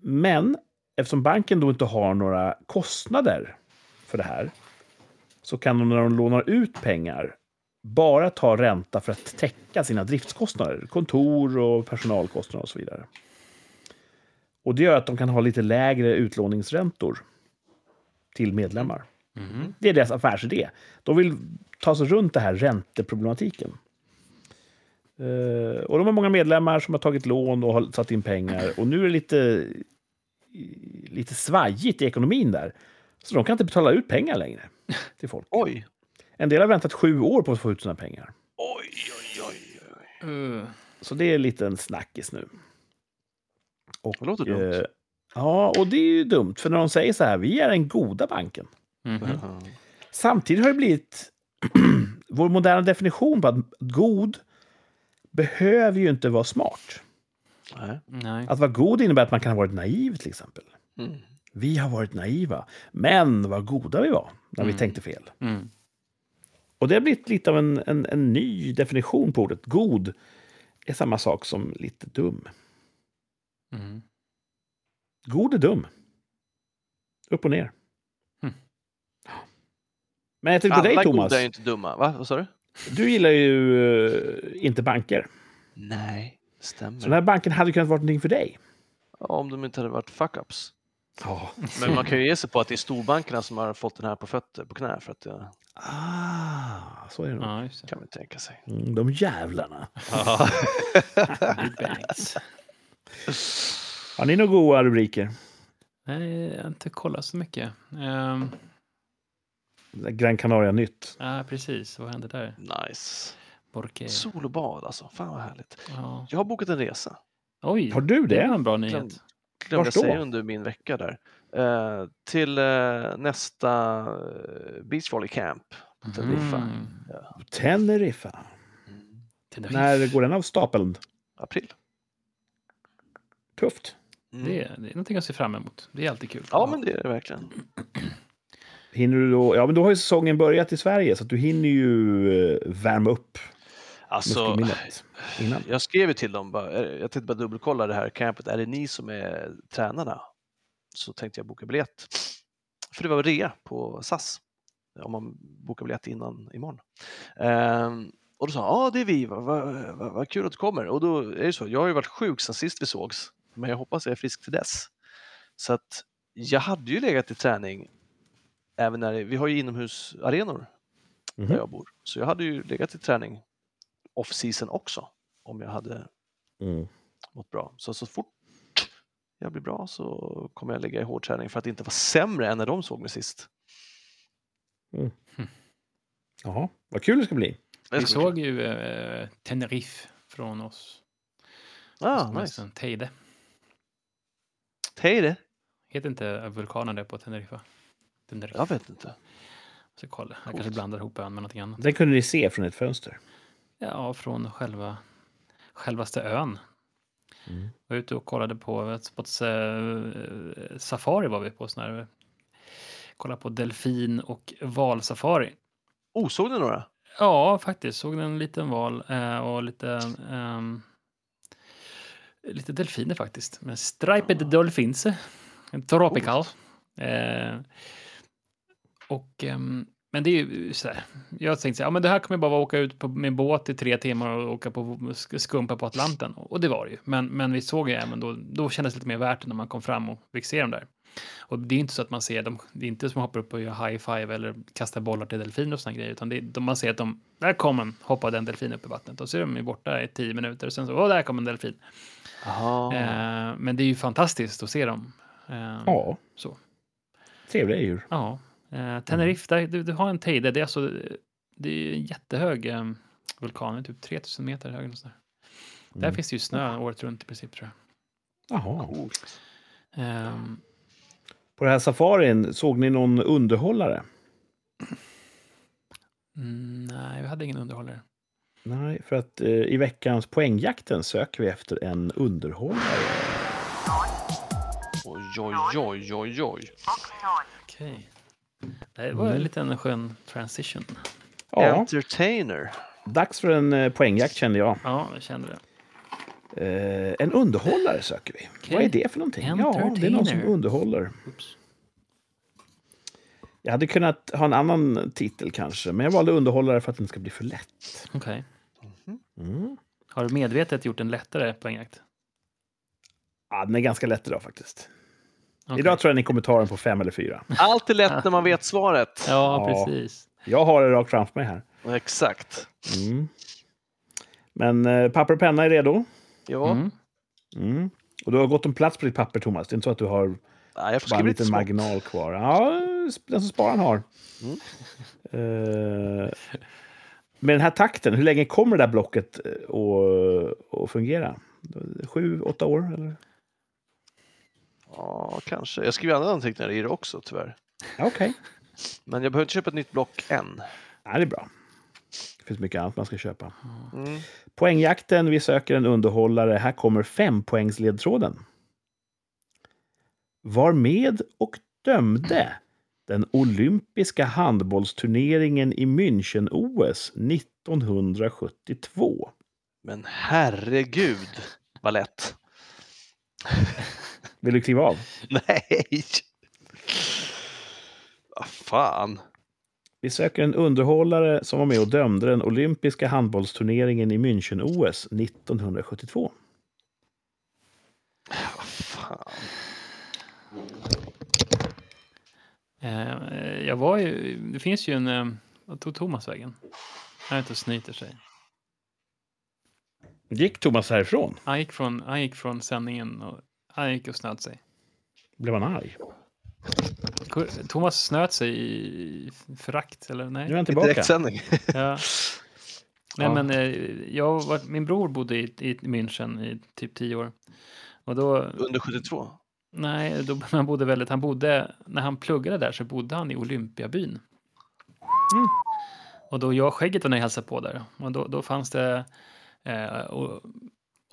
Men eftersom banken då inte har några kostnader för det här så kan de när de lånar ut pengar bara ta ränta för att täcka sina driftskostnader. Kontor och personalkostnader och så vidare. Och det gör att de kan ha lite lägre utlåningsräntor till medlemmar.
Mhm.
Det är deras affärsidé. De vill ta sig runt det här ränteproblematiken. Eh, och de har många medlemmar som har tagit lån och har satt in pengar. Och nu är det lite, lite svajigt i ekonomin där. Så de kan inte betala ut pengar längre till folk.
Oj.
En del har väntat sju år på att få ut sina pengar.
Oj, oj, oj. oj.
Uh.
Så det är lite en snackis nu. Och,
Det låter dumt.
eh, ja, och det är ju dumt. För när de säger så här, vi är den goda banken.
Mhm.
Ja.
Samtidigt har det blivit... vår moderna definition på att god behöver ju inte vara smart.
Nej.
Nej.
Att vara god innebär att man kan ha varit naiv till exempel.
Mm.
Vi har varit naiva, men vad goda vi var när vi
Mm.
tänkte fel.
Mm.
Och det har blivit lite av en, en, en ny definition på ordet. God är samma sak som lite dum.
Mm.
God är dum. Upp och ner.
Hmm.
Men jag tänkte på dig,
Hm. Alla
Thomas.
goda är ju inte dumma. Va? Vad sa du?
Du gillar ju eh, inte banker.
Nej,
Så den
stämmer.
här banken hade kunnat vara någonting för dig.
Ja, Om de inte hade varit fuck-ups.
Ja.
Men man kan ju ge sig på att det är storbankerna som har fått den här på fötter, på knä, för att det
Ah, så är det nog.
Ja, just det.
kan man ju tänka sig.
Mm, de jävlarna.
Big banks.
Har ni några goa rubriker?
Nej, jag har inte kollat så mycket. Ehm,
Gran Canaria-nytt.
Ja, precis. Vad hände där?
Nice.
Borke.
Sol och bad alltså. Fan vad härligt.
Ja.
Jag har bokat en resa.
Oj,
Har du
det var
det?
en bra
Glöm-
nyhet.
Glömde
Vart
jag
då?
säga under min vecka där. Eh, till eh, nästa eh, beachvolley camp på Teneriffa.
Mm.
Teneriffa.
Teneriffa.
När går den av stapeln?
April.
Tufft.
Mm.
Det, är- det är någonting att se fram emot. Det är alltid kul.
Ja, men det är det verkligen.
Hinner du då? Ja, men då har ju säsongen börjat i Sverige, så att du hinner ju eh, värma upp
Alltså,
muskelminnet innan.
jag skrev ju till dem, bara, eh, jag tänkte bara dubbelkolla det här campet, är det ni som är tränarna? Så tänkte jag boka biljett. För det var rea på SAS, om man bokar biljett innan imorgon. Ehm, och då sa han, ja det är vi, vad vad- vad- vad kul att du kommer. Och då är det så, jag har ju varit sjuk sedan sist vi sågs, men jag hoppas jag är frisk till dess. Så att jag hade ju legat i träning, även när det, vi har ju inomhusarenor
Mhm.
där jag bor. Så jag hade ju legat i träning off-season också om jag hade
Mm.
mått bra. Så, så fort jag blir bra så kommer jag lägga i hård träning för att inte vara sämre än när de såg mig sist.
Jaha, vad kul det ska bli.
Det
Vi
ska bli
såg ju eh, Tenerife från oss.
kul. Ah,
Som är
nice.
en Teide.
Hej det!
Heter inte vulkanen det på Teneriffa? Tenerife.
Jag vet inte.
Så kolla. Jag kanske
Coolt.
blandar ihop ön med någonting annat.
Den kunde ni se från ett fönster.
Ja, från själva självaste ön.
Mm.
Jag var ute och kollade på, ett- på ett, eh, safari var vi på. Sån här, kolla på delfin och valsafari.
Oh, såg ni några?
Ja, faktiskt. Såg en liten val eh, och lite, ehm, lite delfiner faktiskt. Men striped
Ah.
dolphins. En Tropical. Eh, och, ehm, men det är ju så här. Jag tänkte så här, ja, men det här kommer bara vara åka ut på, med båt i tre timmar och åka på sk- skumpa på Atlanten. Och det var det ju. Men, men vi såg ju även då, då kändes det lite mer värt det när man kom fram och fick se dem där. Och det är inte så att man ser dem, det är inte som hoppar upp och gör high five eller kastar bollar till delfiner och såna grejer, utan det är, de- man ser att de, där kom en, hoppade en delfin upp i vattnet och så är de ju borta i tio minuter och sen så, åh, där kom en delfin.
Jaha.
Eh, men det är ju fantastiskt att se dem. Eh,
Ja,
Så.
trevliga djur.
Ja. Eh, Tenerife, där, du, du har en Teide, det är alltså, det är en jättehög eh, vulkan, den är typ 3000 meter hög. eller sånt Där. där
Mm.
finns det ju snö året runt i princip tror jag.
Jaha.
Coolt.
Ehm,
På den här safarin, såg ni någon underhållare?
mm, nej, vi hade ingen underhållare.
Nej, för att eh, i veckans poängjakten söker vi efter en underhållare.
Oj, oj, oj, oj, oj.
Okej. Det var en liten skön transition.
Ja,
Entertainer.
dags för en eh, poängjakt kände jag.
Ja, jag kände det.
Eh, en underhållare söker vi.
Okej.
Vad är det för någonting? Ja, det är någon som
Entertainer.
underhåller. Jag hade kunnat ha en annan titel kanske, men jag valde underhållare för att det inte ska bli för lätt.
Okej.
Mm.
Har du medvetet gjort en lättare poängjakt?
Ja, den är ganska lätt idag faktiskt.
Okej.
Idag tror jag ni kommer ta den på fem eller fyra.
Allt är lätt när man vet svaret.
Ja,
Ja.
precis.
Jag har det rakt framför mig här.
Exakt.
Mm. Men eh, papper och penna är redo.
Ja,
Mm.
Mm. Och du har gått om plats på ditt papper, Thomas. Det är inte så att du har
Nej, jag får
bara en
skriva lite
liten
smått.
marginal kvar. Ja, den som sparar han har.
Mm.
Eh, med den här takten, hur länge kommer det där blocket eh, att, att fungera? Sju, åtta år? Eller?
Ja, kanske. Jag skriver andra anteckningar i det också tyvärr.
Ja, Okej.
Men jag behöver inte köpa ett nytt block än.
Ja, det är bra. För finns mycket annat man ska köpa.
Mm.
Poängjakten, vi söker en underhållare. Här kommer fempoängsledtråden. Var med och dömde den olympiska handbollsturneringen i München-OS 1972.
Men herregud vad lätt.
Vill du kliva av?
Nej! Vad fan.
Vi söker en underhållare som var med och dömde den olympiska handbollsturneringen i München-OS 1972.
Vad fan.
Eh, jag var ju, det finns ju en, eh, vad tog Thomas vägen? Han är ute och snyter sig.
Gick Thomas härifrån?
Han gick från, han gick från sändningen och han gick och snöt sig.
Blev han arg?
Ko- Thomas snöt sig i förakt eller nej?
Nu är han
I
tillbaka.
direktsändning.
Ja. Nej,
Ja.
men eh, jag var, min bror bodde i, i München i typ tio år. Och då,
Under 72.
nej, då han bodde väldigt, han bodde, när han pluggade där så bodde han i Olympiabyn. Och då jag och skägget var när jag hälsade på där. Och då, då fanns det eh, o-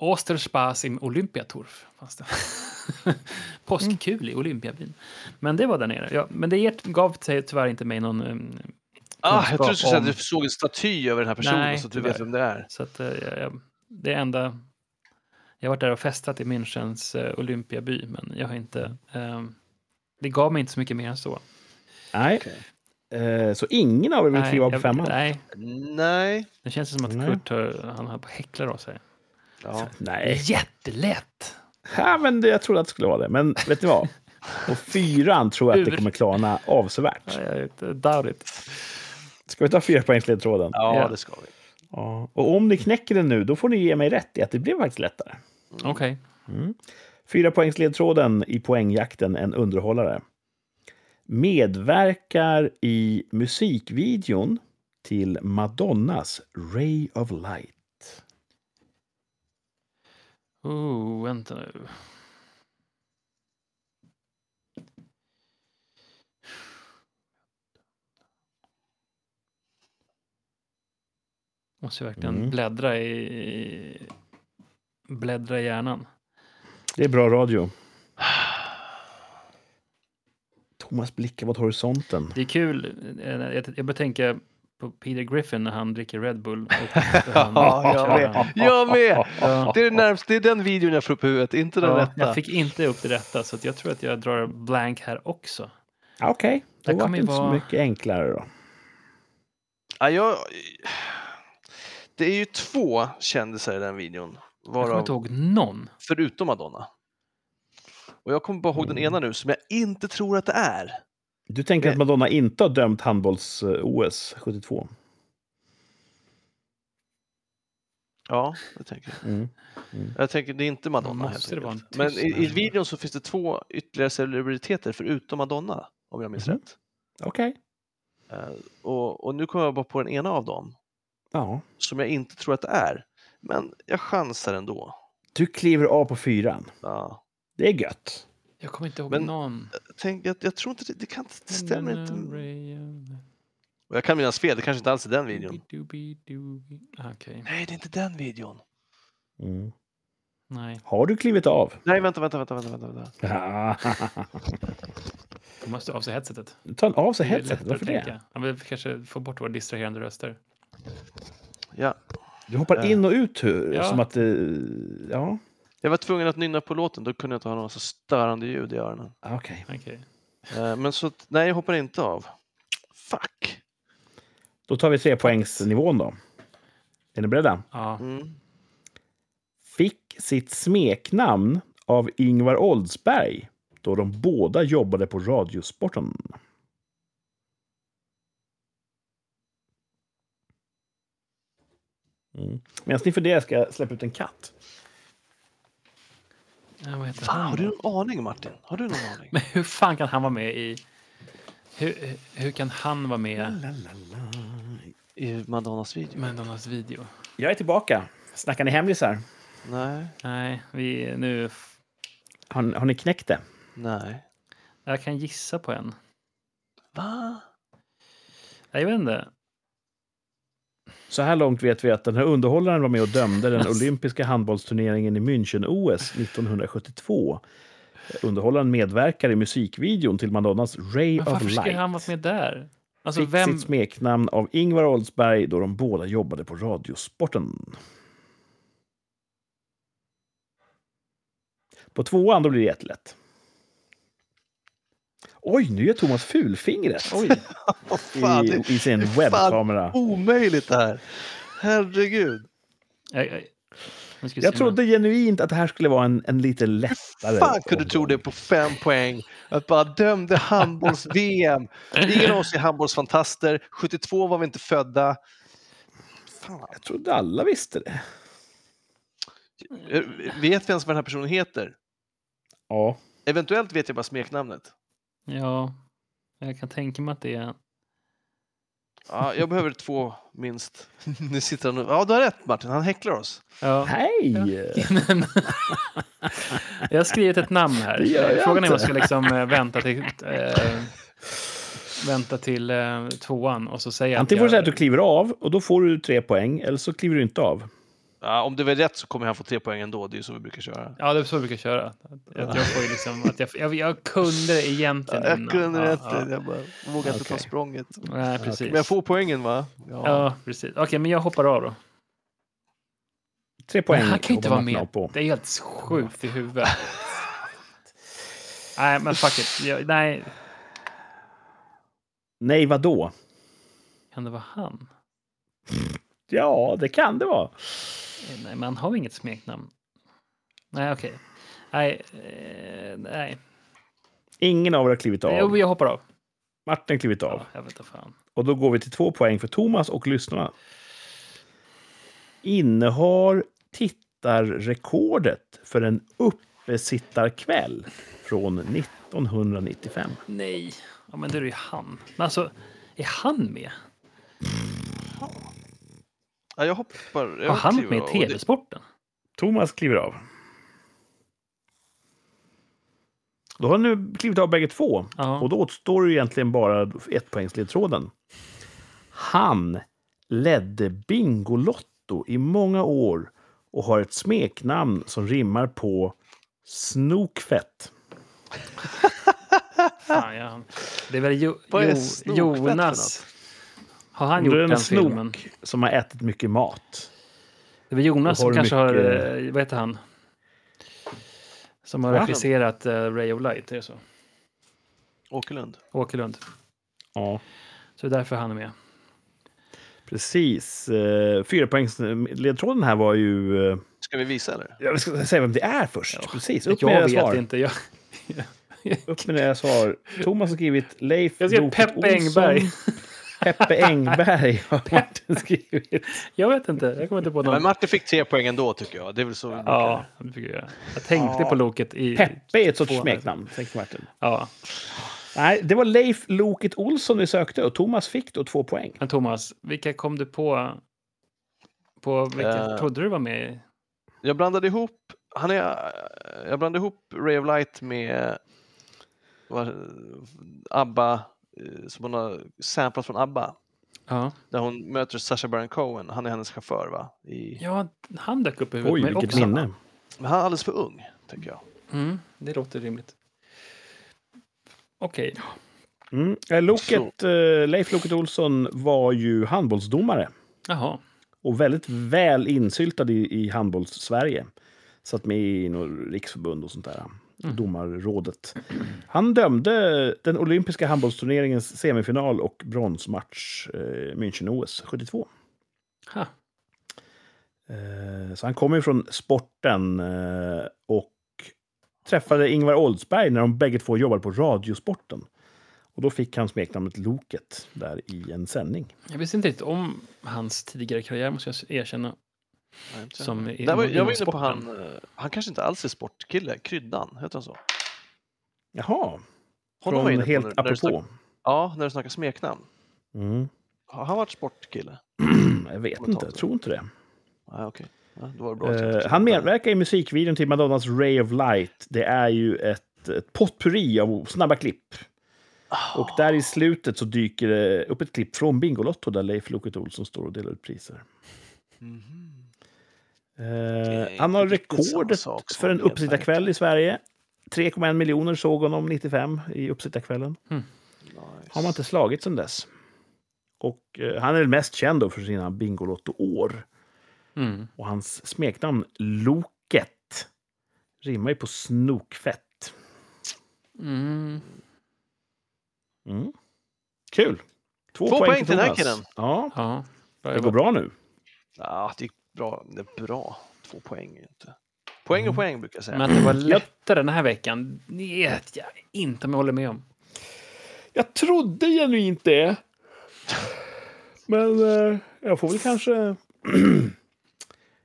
Osterspas im Olympiaturf. Fanns det. Påskkul i Olympiabyn. Men det var där nere. Ja, men det ert, gav ty- tyvärr inte mig någon... eh,
Ah, jag
Kunskap
trodde du skulle säga
om-
att du såg en staty över den här personen
Nej,
så att du vet
tyvärr.
vem det är.
Så att, eh, jag, jag- det enda... Jag har varit där och festat i Münchens eh, Olympiaby, men jag har inte... Eh, det gav mig inte så mycket mer än så.
Nej. Eh, Så ingen av er vill kliva av på
jag-
femman? Nej.
nej,
Nej.
det känns som att
Nej.
Kurt har, han har på häcklar av sig.
Ja.
Jättelätt!
Ja, men det- jag trodde att det skulle vara det. Men vet ni vad? På fyran tror jag att det kommer klarna avsevärt.
Ja, jag vet, det är darrigt.
Ska vi ta fyrapoängsledtråden?
ja,
Ja.
det ska vi.
Ja. Och om ni knäcker den nu, då får ni ge mig rätt i att det blev faktiskt lättare.
Okej.
Fyra poängsledtråden i poängjakten En underhållare. Medverkar i musikvideon till Madonnas Ray of Light.
Oh, vänta nu. Måste jag verkligen
Mm.
bläddra i... Bläddra i hjärnan.
Det är bra radio. Thomas blickar mot horisonten.
Det är kul. eh, Jag, jag börjar tänka på Peter Griffin när han dricker Red Bull. Och han,
Ja, jag
ja,
med. Jag med!
ja.
Det är, det närmaste, det är den videon jag får upp i huvudet, inte den
Ja,
rätta.
jag fick inte upp det rätta, så att jag tror att jag drar blank här också.
Ja, Okej,
Det
då var
kommer
det
ju
inte så
vara-
mycket enklare. då.
Ja, jag... Det är ju två kändisar i den videon,
Jag kommer
varav
inte ihåg någon.
förutom Madonna. Och jag kommer bara ihåg den
Mm.
ena nu som jag inte tror att det är.
Du tänker
Det-
att Madonna inte har dömt eh, handbolls-OS 72?
Ja, det tänker jag.
Mm.
Jag tänker det är inte Madonna. helt
Måste det vara en
enkelt. Men i, i
tysk-
videon så finns det två ytterligare celebriteter förutom Madonna, om jag minns
Mhm.
rätt.
Okej.
Eh, Och, och nu kommer jag bara på den ena av dem,
Ja.
som jag inte tror att det är. Men jag chansar ändå.
Du kliver av på fyran.
Ja.
Det är gött.
Jag kommer inte ihåg
Men-
någon.
Jag, tänker, att jag tror inte det, det, kan, inte- det stämmer inte.
inte.
Och jag kan minnas fel, det kanske inte alls är den videon.
Ah, Okej,
Nej, det är inte den videon.
Mm.
nej.
Har du klivit av?
Nej, vänta, vänta, vänta, vänta, vänta. vänta.
Ja.
Du måste av sig headsetet.
Ta en av sig
Det är
headsetet,
lättare att
varför det?
tänka. Ja, men vi kanske få bort våra distraherande röster.
Ja.
Du hoppar
Ja.
in och ut hur,
Ja.
som att... eh, Ja,
Jag var tvungen att nynna på låten, då kunde jag inte ha några så störande ljud i öronen.
Ah, okej.
Okej.
Eh, Men så att, nej, jag hoppar inte av. Fuck!
Då tar vi trepoängsnivån då. Är ni beredda?
Ja.
Mm.
Fick sitt smeknamn av Ingvar Oldsberg då de båda jobbade på Radiosporten. Mm. Medan ni funderar ska jag släppa ut en katt.
ja, vad heter
Fan,
han
har du
då?
någon aning Martin? Har du någon aning?
Men hur fan kan han vara med i... Hur, hur kan han vara med
I Madonnas video?
i Madonnas video?
Jag är tillbaka. Snackar ni hemlisar?
Nej,
Nej, vi nu...
Har, har ni knäckt det?
nej.
Jag kan gissa på en.
Va?
Nej, Jag vet inte.
Så här långt vet vi att den här underhållaren var med och dömde den olympiska handbollsturneringen i München-OS 1972. Underhållaren medverkar i musikvideon till Madonnas Ray
Men
of
varför
Light.
ska han varit med där? Alltså
Fick
vem?
sitt smeknamn av Ingvar Oldsberg då de båda jobbade på Radiosporten. På tvåan då blir det jättelätt. Oj, nu är Thomas fulfingret
Oj,
Vad
i, i sin
fan.
webbkamera.
omöjligt det här. Herregud.
jag, jag, nu ska vi
Jag
se om
trodde genuint att det här skulle vara en, en lite lättare.
fan kunde du tro det på fem poäng? Att bara dömde handbolls-VM. Ingen av oss är handbollsfantaster. 72 var vi inte födda. Fan.
Jag trodde alla visste det.
Eh, Vet vi ens vad den här personen heter?
Ja.
Eventuellt vet jag bara smeknamnet.
Ja, jag kan tänka mig att det är...
Ja, jag behöver två minst. Nu sitter han och... Ja, du har rätt Martin. Han häcklar oss.
Ja.
Hej!
Men- jag har skrivit ett namn här.
Det gör jag
Frågan är om jag
inte.
ska liksom eh, vänta till... Eh, vänta till eh, tvåan och så säga
Antingen får du
jag...
säga att du kliver av och då får du tre poäng eller så kliver du inte av.
Ja, om det var rätt så kommer han få tre poäng ändå. Det är ju så vi brukar köra.
Ja, det är så vi brukar köra. Att att jag, får ju liksom, att jag, jag, jag kunde det egentligen.
Jag
innan.
kunde
Ja,
rätt.
ja.
Jag bara vågade inte ta
Okej.
språnget.
Nej, precis.
Men jag får poängen va?
Ja, precis. Okej, men jag hoppar av då.
Tre
Men
poäng.
han kan ju inte
hoppar
vara
Martin av
med.
på.
Det är helt sjukt i huvudet. nej, men fuck it. Jag, nej,
Nej, vad då?
kan det vara han?
Ja, det kan det vara.
Eh, Nej, men han har inget smeknamn. Nej, okej. Nej, eh, nej.
Ingen av er har klivit
Jo,
av.
jag hoppar av.
Martin har klivit av.
Ja, jag vet inte fan.
Och då går vi till två poäng för Thomas och lyssnarna. Innehar tittarrekordet för en uppesittarkväll från 1995.
Nej. Ja, men det är ju han. Men alltså, är han med?
Ja, jag hoppar. Jag
Har han
kliver
varit med
av.
i
Och det-
tv-sporten?
Thomas kliver av. Då har nu klivit av bägge två.
Ja.
Och då återstår ju egentligen bara ettpoängsledtråden. Han ledde Bingolotto i många år och har ett smeknamn som rimmar på Snokfett.
Fan, ja. Det är väl jo,
Vad är
jo,
snokfett för
Jonas. Har han
Då är det
gjort
en
den
snok
filmen?
som har ätit mycket mat.
Det är väl Jonas
Då
som
har du
kanske har,
mycket-
eh, vad heter han? Som har
Ja.
regisserat eh, Ray of Light, är det så?
Åkerlund.
Åkerlund.
Ja,
Så det är därför han är med.
precis. Eh, Fyrapoängsledtråden här var ju... eh,
Ska vi visa eller?
Jag ska säga vem det är först. precis. Upp med
jag
era
vet
svar.
inte. Jag,
Upp med era svar. Thomas har skrivit Leif
jag skrev
Brokert
Peppe
Olsson.
Engberg.
Peppe Engberg har Martin skrivit.
Jag vet inte. Jag kommer inte på
Men
någon.
Martin fick tre poäng ändå tycker jag. Det är väl så vi brukar-
Ja, det fick jag göra. Jag tänkte
Ja.
på Loket i...
Peppe är ett sorts
Två.
smeknamn, tänkte Martin.
Ja.
Nej, det var Leif Loket Olsson vi sökte och Thomas fick då två poäng.
Men Thomas, vilka kom du på? På vilka
Eh.
trodde du var med i?
Jag blandade ihop, han är, jag blandade ihop Ray of Light med vad- ABBA, eh, som hon har samplat från ABBA.
Ja.
Där hon möter Sacha Baron Cohen, han är hennes chaufför va? I,
ja, han dök upp i huvudet
Oj,
på mig
vilket
också.
minne.
men han är alldeles för ung, tänker jag.
Mm, det låter rimligt. Okej.
Mm. Eh, Loket, eh, Leif Loket Olsson var ju handbollsdomare
Jaha.
och väldigt väl insyltad i, i handbolls-Sverige. Satt med i något riksförbund och sånt där. Domarrådet. Han dömde den olympiska handbollsturneringens semifinal och bronsmatch eh, München-OS 72.
Ha.
Eh, Så han kommer ju från sporten eh, och träffade Ingvar Oldsberg när de bägge två jobbade på Radiosporten. Och då fick han smeknamnet Loket där i en sändning.
Jag visste inte riktigt om hans tidigare karriär, måste jag erkänna.
Nej, inte jag.
Som i-
Där var,
inom-
jag var
inom
inne på
sporten.
han, eh, han kanske inte alls är sportkille, Kryddan, heter han så?
Jaha,
Honom var jag
från
inne på
helt
när- när du
apropå.
snack- Ja, när du snackar smeknamn.
Mm.
Har han varit sportkille? Mm.
Jag vet inte,
Kommentator.
jag tror inte det.
Nej, okej. Ja, då var det bra. att jag inte
Eh,
såg
han
det.
medverkar i musikvideon till Madonnas Ray of Light. Det är ju ett, ett potpurri av snabba klipp.
Ah.
Och där i slutet så dyker det upp ett klipp från Bingolotto där Leif Loket Olsson står och delar ut priser.
Mhm.
Eh,
inte
han har
riktigt samma
rekordet
sak som
för en
nedfärgat.
uppsittarkväll i Sverige. 3,1 miljoner såg honom 95 i uppsittarkvällen.
Ah, Nice.
Har man inte slagit sedan dess. Och eh, han är mest känd då för sina Bingolotto-år.
Mm.
Och hans smeknamn Loket rimmar ju på snokfett.
Mm.
Mm. Kul! Två,
Två poäng till den här
Thomas.
killen.
Ja,
Ja, bra
det går
jobbat.
bra nu.
Ja, det gick bra. Det är bra. Två poäng är ju inte...
Mm.
Poäng och poäng brukar jag säga.
Men att det var lättare den här veckan, det vet jag inte om jag håller med om.
Jag trodde genuint det. Men eh, jag får väl kanske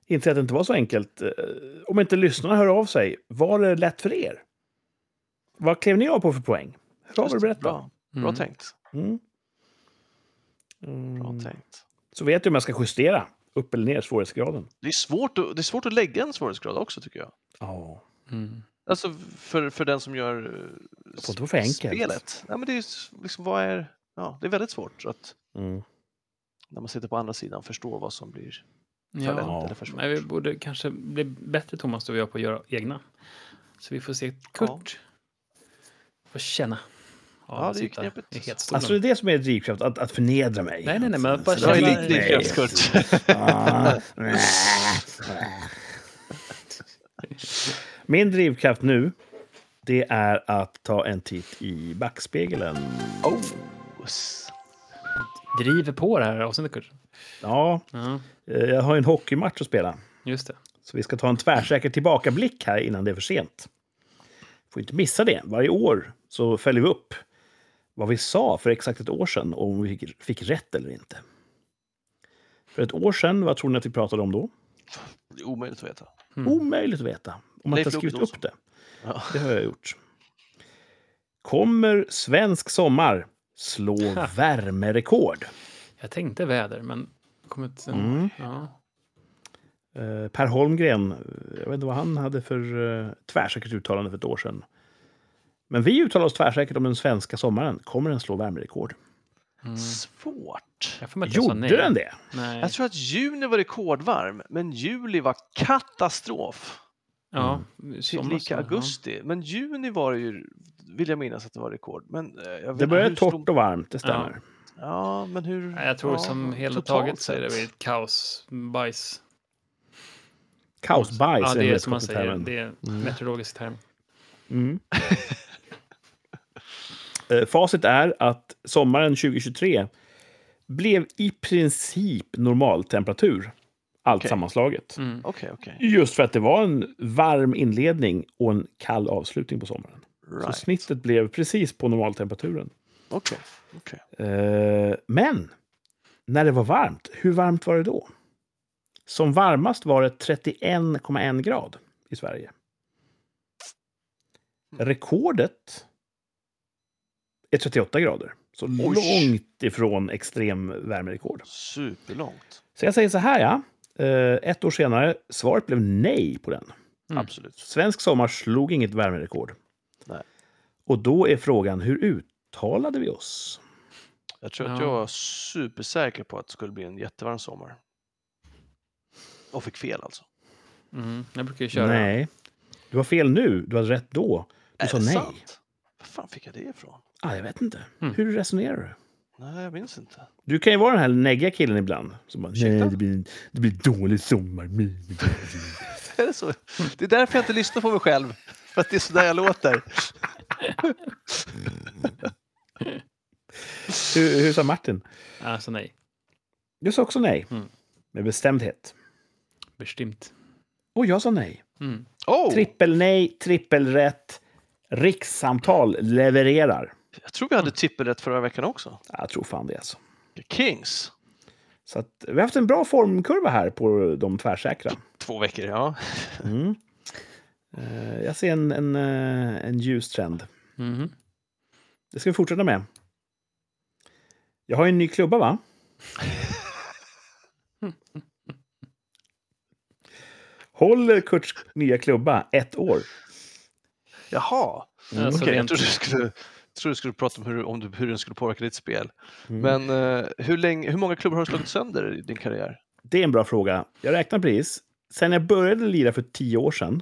inse att det inte var så enkelt. Eh, Om inte lyssnarna hör av sig, var det lätt för er? Vad klev ni av på för poäng? Hör av er och berätta.
Bra,
Mm.
bra tänkt.
Mm.
Bra
Mm.
tänkt.
Så vet du om jag ska justera upp eller ner svårighetsgraden.
Det är, svårt att, det är svårt att lägga en svårighetsgrad också, tycker jag.
Ja.
Mm.
Alltså för, för den som gör eh,
Det får inte vara för enkelt.
spelet. Nej, men det, är, s- liksom, vad är, ja, det är väldigt svårt att
Mm.
när man sitter på andra sidan förstå vad som blir för lätt
Ja,
Ja.
eller för svårt.
men vi borde kanske bli bättre, Thomas, du och jag, på att göra egna. Så vi får se Kurt får känna.
Ja,
att
det är ju
sitta
knepigt.
I hetstolen.
Alltså det är det som är drivkraft, att, att förnedra mig. Alltså,
Nej, nej, nej, men bara
Så
Det var ju
känna-
Nej.
lite drivkraftskurs.
Ah, nej, nej. Min drivkraft nu, det är att ta en titt i backspegeln.
Oh, s-
driver på det här avsnittet, Kurt.
Ja,
Ja,
eh, jag har ju en hockeymatch att spela.
just det.
Så vi ska ta en tvärsäker tillbakablick här innan det är för sent. Får inte missa det. Varje år så följer vi upp vad vi sa för exakt ett år sedan och om vi fick- fick rätt eller inte. För ett år sedan, vad tror ni att vi pratade om då?
det är omöjligt att veta.
Mm.
Omöjligt att veta. Om man
Hmm. Leif
inte har skrivit
Loket Olsson.
upp det.
Ja.
Det har jag gjort. Kommer svensk sommar slå
Ha.
värmerekord?
Jag tänkte väder, men kom inte...
Mm.
Ja.
Eh, Per Holmgren, eh, jag vet inte vad han hade för eh, tvärsäkert uttalande för ett år sedan. Men vi uttalar oss tvärsäkert om den svenska sommaren. Kommer den slå värmerekord?
Mm.
Svårt.
Jag får mig att jag sa
Gjorde
nej.
den det?
Nej.
Jag tror att juni var rekordvarm, men juli var katastrof.
ja,
Mm.
sommar,
Lika
sommar, ja.
augusti. Men juni var det ju, vill jag minnas att det var rekord. Men, eh, jag vet
Det
inte
började
hur stor-
torrt och varmt, det stämmer.
Ja, men hur...
Nej, Jag tror
ja,
som hela
totalt
taget så är det
sett.
väl ett kaos, bajs.
Kaosbajs
ja,
är
det
den
är som man
vetenskapliga
säger.
termen.
Det är
Mm.
meteorologisk term.
Mm. Eh, Facit är att sommaren 2023 blev i princip normaltemperatur, allt
Okej.
sammanslaget.
Mm.
Okej, okej.
Just för att det var en varm inledning och en kall avslutning på sommaren. Så
Right.
snittet blev precis på normaltemperaturen.
Okej, okej.
Eh, Men när det var varmt, hur varmt var det då? Som varmast var det 31,1 grad i Sverige. Rekordet är 38 grader. Så långt ifrån extrem värmerekord.
Superlångt.
Så jag säger så här, ja. Eh, Ett år senare, svaret blev nej på den.
Mm.
Absolut.
Svensk sommar slog inget värmerekord.
Nej.
Och då är frågan, hur uttalade vi oss?
Jag tror att
Ja.
jag var supersäker på att det skulle bli en jättevarm sommar. Och fick fel alltså.
Mm. Jag brukar ju köra.
Nej. Du har fel nu, du hade rätt då. Du
Är
sa
det
nej.
sant? Var fan fick jag det ifrån?
Ah, jag vet inte.
Mm.
Hur resonerar du?
Nej, jag minns inte.
Du kan ju vara den här negga killen ibland. Som bara, nej,
Ursäkta?
det blir, det blir dålig sommar.
Är det, så? det är därför jag inte lyssnar på mig själv. För att det är så där jag låter.
hur, hur sa Martin?
Alltså nej.
Du sa också nej.
Mm.
Med bestämdhet.
Bestämt.
Och jag sa nej.
Mm.
Oh,
Trippel nej, trippelrätt. Rikssamtal levererar.
jag tror vi hade trippelrätt förra veckan också.
Jag tror fan det alltså.
Kings.
Så att, vi har haft en bra formkurva här på de tvärsäkra.
Två veckor, ja.
Mm. Eh, Jag ser en, en, eh, en ljus trend. Mm,
Mhm.
Det ska vi fortsätta med. Jag har ju en ny klubba, va? Håller Kurts nya klubba ett år?
Jaha.
Alltså
Okej, jag
rent,
trodde du skulle tror du skulle prata om hur, om du, hur den skulle påverka ditt spel.
Mm.
Men eh, hur, länge, hur många klubbar har du slagit sönder i din karriär?
Det är en bra fråga. Jag räknar precis. Sen jag började lira för tio år sedan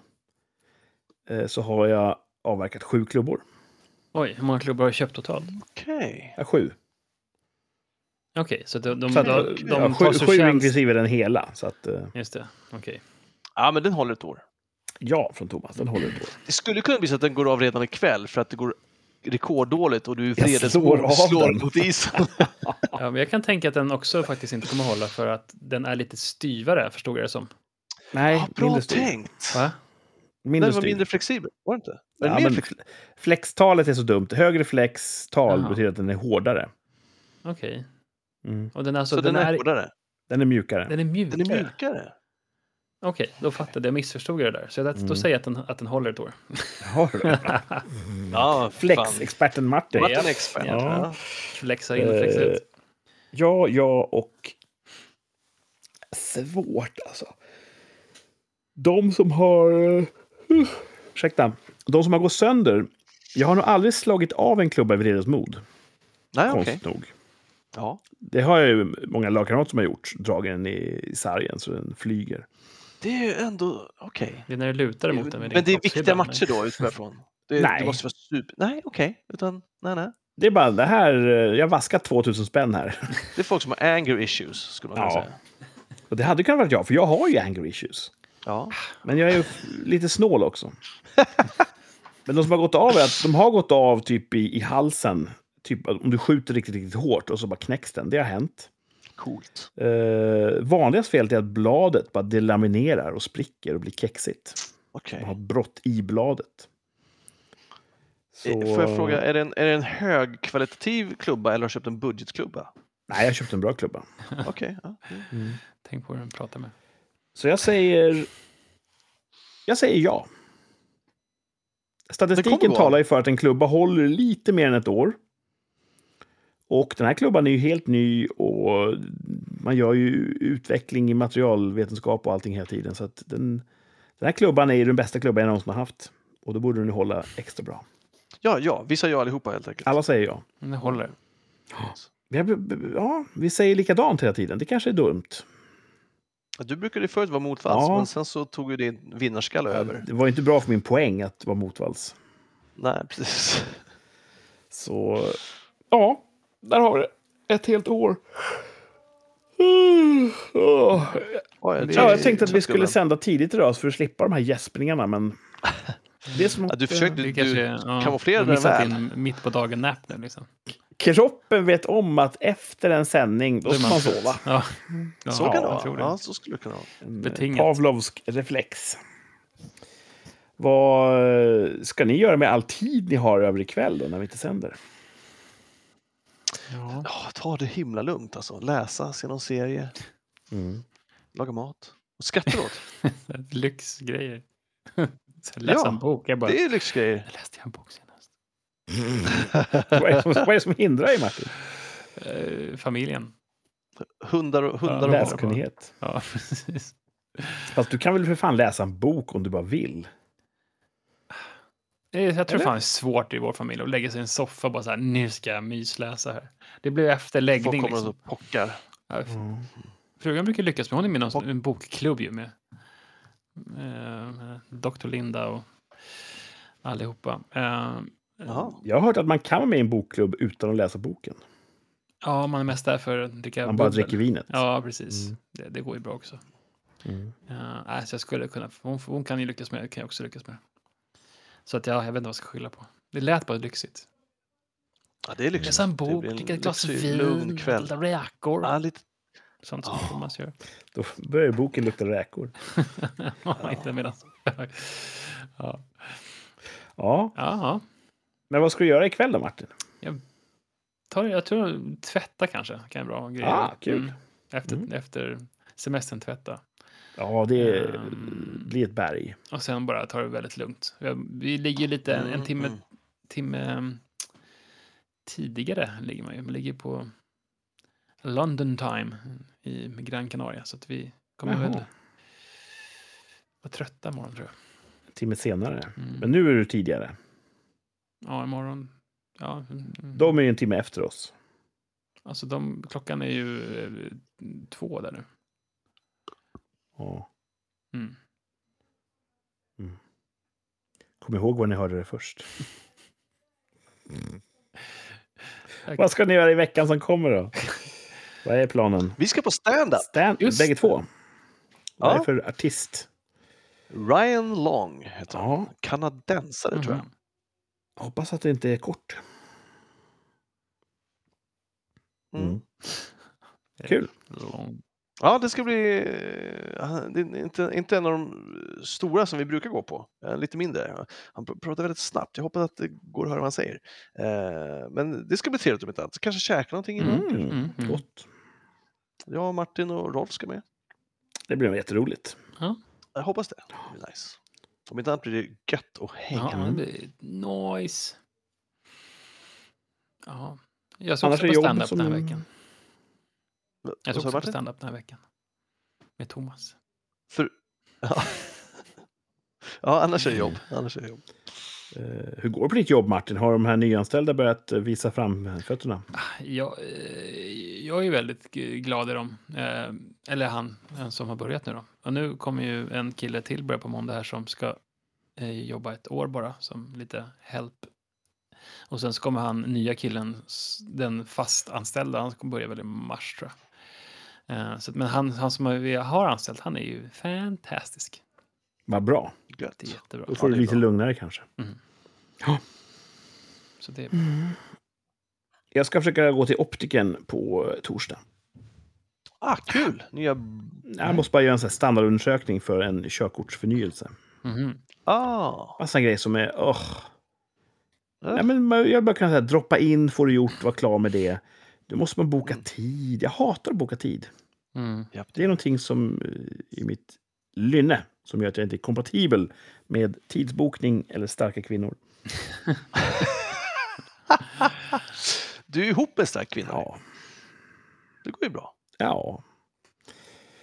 eh, så har jag avverkat sju klubbor.
Oj, hur många klubbar har du köpt totalt?
Okej.
Ja, sju.
Okej, så de, de,
Så
de,
att, eh,
de,
ja,
tar
sju
sig
sju
tjänst.
inklusive den hela. Så att, eh,
Just det, okej.
Ja, men den håller ett år.
ja, från Thomas. Den håller ett år.
Det skulle kunna bli så att den går av redan ikväll för att det går rekorddåligt och du
Jag slår av
vredesmod slår
den.
mot isen.
Ja, men jag kan tänka att den också faktiskt inte kommer hålla för att den är lite styvare, förstod jag det som.
Nej,
Ah,
Ja, Ah, bra
mindre styr.
tänkt!
Va?
Mindre
Den var
styr.
mindre flexibel, var det inte? Var den
Ja,
mer
men
flexibel?
flextalet är så dumt. Högre flextal
Jaha.
betyder att den är hårdare.
Okej.
Mm.
Och den, är alltså,
Så den är
är,
hårdare?
Den är mjukare.
den är mjukare?
Den är mjukare?
Okej, då fattade jag. Jag missförstod det där. Så jag,
Mm.
då säger jag att den, att den håller ett år.
Har du den?
Ja, fan.
Flexexperten Martin.
Martin är expert.
Ja.
Ja.
Flexa in och flexa
Eh,
ut.
Ja, ja och... Svårt, alltså. De som har... Uh, ursäkta. De som har gått sönder. Jag har nog aldrig slagit av en klubba i vredesmod,
Nej, Ah, okej.
konstigt nog.
Ja.
Det har jag ju många lagkamrater som har gjort. Dragit den i, i sargen så den flyger.
Det är ju ändå okej.
Det är när du lutar mot den. med
Men det är
ringklockshyddan.
viktiga matcher då, utgår jag ifrån. Det,
Nej.
det måste vara super... Nej, okej. Utan, nej, nej.
Det är bara det här... eh, Jag vaskat 2000 spänn här.
Det är folk som har anger issues, skulle man kunna
Ja.
säga.
Och det hade kunnat vara jag, för jag har ju anger issues.
Ja.
Men jag är ju f- lite snål också. Men de som har gått av är att de har gått av typ i, i halsen. Typ att om du skjuter riktigt, riktigt hårt och så bara knäcks den. Det har hänt.
Coolt.
Eh, vanligast felet är att bladet bara delaminerar och spricker och blir kexigt.
Okej.
Man har brott i bladet. Så-
Eh, Får jag fråga, är det, en, är det en högkvalitativ klubba eller har du köpt en budgetklubba?
Nej, jag köpte en bra klubba.
Okej. ja. Mm.
Tänk på hur den pratar med.
Så jag säger... Jag säger ja.
Det
Statistiken
kommer gå.
talar ju för att en klubba håller lite mer än ett år. Och den här klubban är ju helt ny och man gör ju utveckling i materialvetenskap och allting hela tiden. Så att den, den här klubban är ju den bästa klubban jag någonsin har haft. Och då borde den ju hålla extra bra.
ja, ja. Vi sa ja allihopa helt enkelt.
Alla säger ja.
Den håller.
Ja, b- b- Ja, vi säger likadant hela tiden. Det kanske är dumt.
Du brukade ju förut vara mot Vals,
Ja.
men sen så tog ju din vinnarskalle över.
Det var ju inte bra för min poäng att vara motvalls.
Nej, precis.
Så ja, där har du det. Ett helt år. Mm, åh.
Ja, det-
Ja, jag tänkte att vi
klubben.
skulle sända tidigt idag för att slippa de här gäspningarna, men... Det är som
Ja,
att
du försökte,
Det
du,
kanske,
du
ja,
kamouflerade
du
den
missat
väl.
din mitt på dagen-nap nu liksom.
eh, kroppen vet om att efter en sändning, då
Då är
ska
man
man sova.
Ja. Ja,
Så kan det
jag
vara.
tror
Ja, så skulle det kunna vara.
En
Betingat.
Pavlovsk reflex. Vad eh, ska ni göra med all tid ni har över ikväll då, när vi inte sänder?
Ja.
Ja, ta det himla lugnt alltså. Läsa, se någon serie,
Mm.
laga mat. Och skratta åt.
Lyxgrejer. Så jag läste
Ja,
en bok. Jag bara,
Det är lyxgrejer.
jag läste en bok senast.
Vad, är det som, vad är det som hindrar er, Martin?
Eh, familjen.
Hundar och, hundar och barn.
läs.
Läskunnighet.
Ja, precis.
Fast du kan väl för fan läsa en bok om du bara vill?
Eh, Jag tror
Eller?
fan det är svårt i vår familj att lägga sig i en soffa och bara så här, nu ska jag mysläsa här. Det blir efter läggning.
Folk kommer
liksom.
och pockar.
Ja, Frugan brukar lyckas med, hon är med i någon sån- en bokklubb ju med eh, Dr. Linda och allihopa. Eh,
Jaha.
Jag har hört att man kan vara med i en bokklubb utan att läsa boken.
ja, man är mest där för att dricka
Man bara
bubbel.
dricker vinet.
Ja, precis.
Mm.
Det, det går ju bra också.
Mm.
Eh, nej, så jag skulle kunna, hon, hon kan ju lyckas med det, kan jag också lyckas med. Så att ja, jag vet inte vad jag ska skylla på. Det lät bara lyxigt.
Ja, det är lyxigt.
Läsa en
Det
bok,
blir en
dricka ett glas
lyxig,
vin,
lugn kväll.
lite räkor.
Ja, lite,
Sånt som
Ah.
Thomas gör.
Då börjar ju boken lukta räkor.
Ja. inte medan. ja.
Ja,
ja.
men vad ska du göra ikväll då, Martin?
Ta det, jag tror tvätta kanske kan vara en bra grej.
Ah, kul.
Efter,
Mm.
efter semestern tvätta.
Ja, det eh,
Ehm.
blir ett berg.
Och sen bara ta det väldigt lugnt. Jag- Vi ligger ju lite en, en timme,
Mm,
timme um, tidigare ligger man ju. Man ligger på London time i Gran Canaria. Så att vi kommer
Jaha.
väl vara trötta imorgon tror jag.
En timme senare.
Mm.
Men nu är du tidigare.
Ja, imorgon. Ja, mm,
De är ju en timme efter oss.
alltså de, klockan är ju eh, två där nu.
Ja.
Mm.
Kom ihåg var ni hörde det först.
Tack.
Vad ska ni göra i veckan som kommer då? Vad är planen?
Vi ska på stand-up.
Stan-
Just
bägge
det.
två. Vad är det
Ja.
för artist?
Ryan Long heter han.
Ja,
Kanadensare tror jag.
Mhm.
hoppas att det inte är kort.
Mhm.
Mm.
Mm. Kul.
Lång.
Ja, det ska bli... eh, han- Det är inte, inte en av de stora som vi brukar gå på, eh, lite mindre. Han pr- pratar väldigt snabbt, jag hoppas att det går att höra vad han säger. Eh, Men det ska bli trevligt om inte annat. Kanske käka någonting innan.
Mm.
Mm. Mm.
Gott.
Jag, Martin och Rolf ska med.
Det blir nog jätteroligt.
Jag hoppas det. Det blir nice. Om inte annat blir det gött att hänga.
Ja, det blir nice. Ja. Jag ska
Annars
också
är
på
jobb
stand-up den här
som-
veckan.
Vad- vad sa
Jag ska
du,
också på
Martin?
stand-up den här veckan. Med Thomas.
För... Ja. ja, annars är det jobb.
Mm.
Annars är det jobb.
Eh, hur går det på ditt jobb, Martin? Har de här nyanställda börjat eh, visa fram fötterna?
Jag, eh, jag är ju väldigt g- glad i dem. Eh, Eller han eh, som har börjat nu då. Och nu kommer ju en kille till börja på måndag här som ska eh, jobba ett år bara som lite help. Och sen så kommer han, nya killen, s- den fastanställda, han kommer börja väl i mars tror jag. Eh, Så, att- men han, han som vi har anställt, han är ju fantastisk.
Vad bra.
Gött.
Det är jättebra.
Då får
Ja, det
du
är
lite
bra.
lugnare kanske.
Så det är
Jag ska försöka gå till optiken på eh, torsdag.
Ah, kul! Nya... Mm.
Jag måste bara göra en sån här standardundersökning för en körkortsförnyelse.
Mhm.
Ah!
Massa grejer som är... åh. Nej, men man- jag bara kan säga droppa in, får du gjort, var klar med det. Då måste man boka
Mm.
tid. Jag hatar att boka tid.
Mm.
Japp.
Det är någonting som eh, i mitt lynne som gör att jag inte är kompatibel med tidsbokning eller starka kvinnor.
Du är ihop med en stark kvinna.
Ja,
Det går ju bra. Eh,
ja.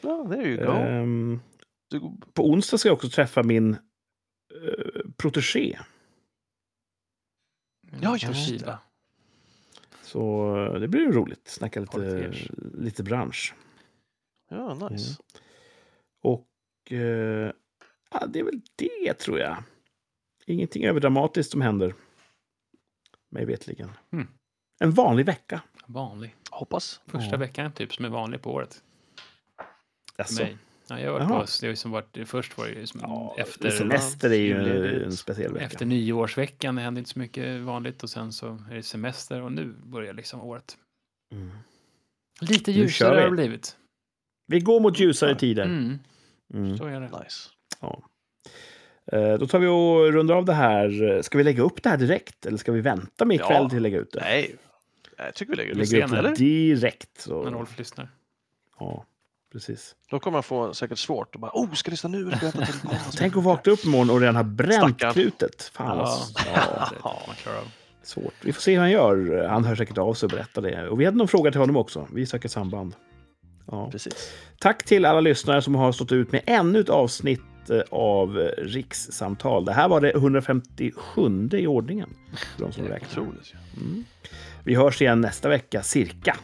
Ja, there you go.
Ehm,
Du,
på onsdag ska jag också träffa min uh, protegé.
Ja, just
Toshiba.
det.
Så eh, det blir ju roligt. Snacka lite,
Portiers.
lite bransch.
ja, nice.
Och eh, ja, det är väl det, tror jag. Ingenting överdramatiskt som händer. Mig vetligen.
Hmm.
Mm.
En vanlig vecka.
Vanlig.
Hoppas.
Första
Ja.
veckan typ som är vanlig på året. för
Alltså,
mig. Ja, jag har varit
Jaha.
på, det har ju som varit, först var det ju som
ja,
efter,
semester är ju
julledighet.
en speciell vecka.
efter nyårsveckan, det hände inte så mycket vanligt och sen så är det semester och nu börjar liksom året.
Mm.
Lite
Nu kör
ljusare
vi.
har det blivit.
Vi går mot ljusare tider.
Mm,
Mm.
så är det.
Nice.
Eh, Då tar vi och rundar av det här. Ska vi lägga upp det här direkt eller ska vi vänta med ikväll
Ja.
till att lägga ut det?
Nej, jag tycker vi lägger det.
Lägga upp
senare.
det direkt.
När
Så.
Rolf lyssnar.
Ja, precis.
Då kommer han få säkert svårt och bara oh, ska jag lyssna nu eller ska jag vänta till imorgon?"
Tänk att vakna upp imorgon och redan ha bränt
Stackarn.
krutet. Fan,
Ja.
vad- ja.
Det får man klarar av.
Svårt. Vi får se hur han gör. Han hör säkert av sig och berättar det. Och vi hade någon fråga till honom också. Vi söker samband. Ja.
Precis.
Tack till alla lyssnare som har stått ut med ännu ett avsnitt eh, av eh, Rikssamtal. Det här var det 157 i ordningen. För de som räknar.
Otroligt. ju.
Vi hörs igen nästa vecka, cirka.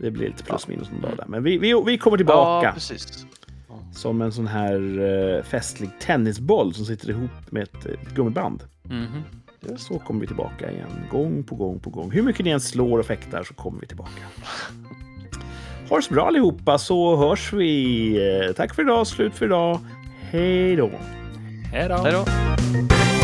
Det blir lite plus minus någon dag där. Men vi, vi, vi kommer tillbaka
Ja, precis.
som en sån här eh, festlig tennisboll som sitter ihop med ett, eh, ett gummiband.
Mhm.
Så kommer vi tillbaka igen, gång på gång på gång. Hur mycket ni än slår och fäktar så kommer vi tillbaka. Ha det så bra allihopa så hörs vi. Eh, Tack för idag, slut för idag. Hej då!
Hej då!
Hej då.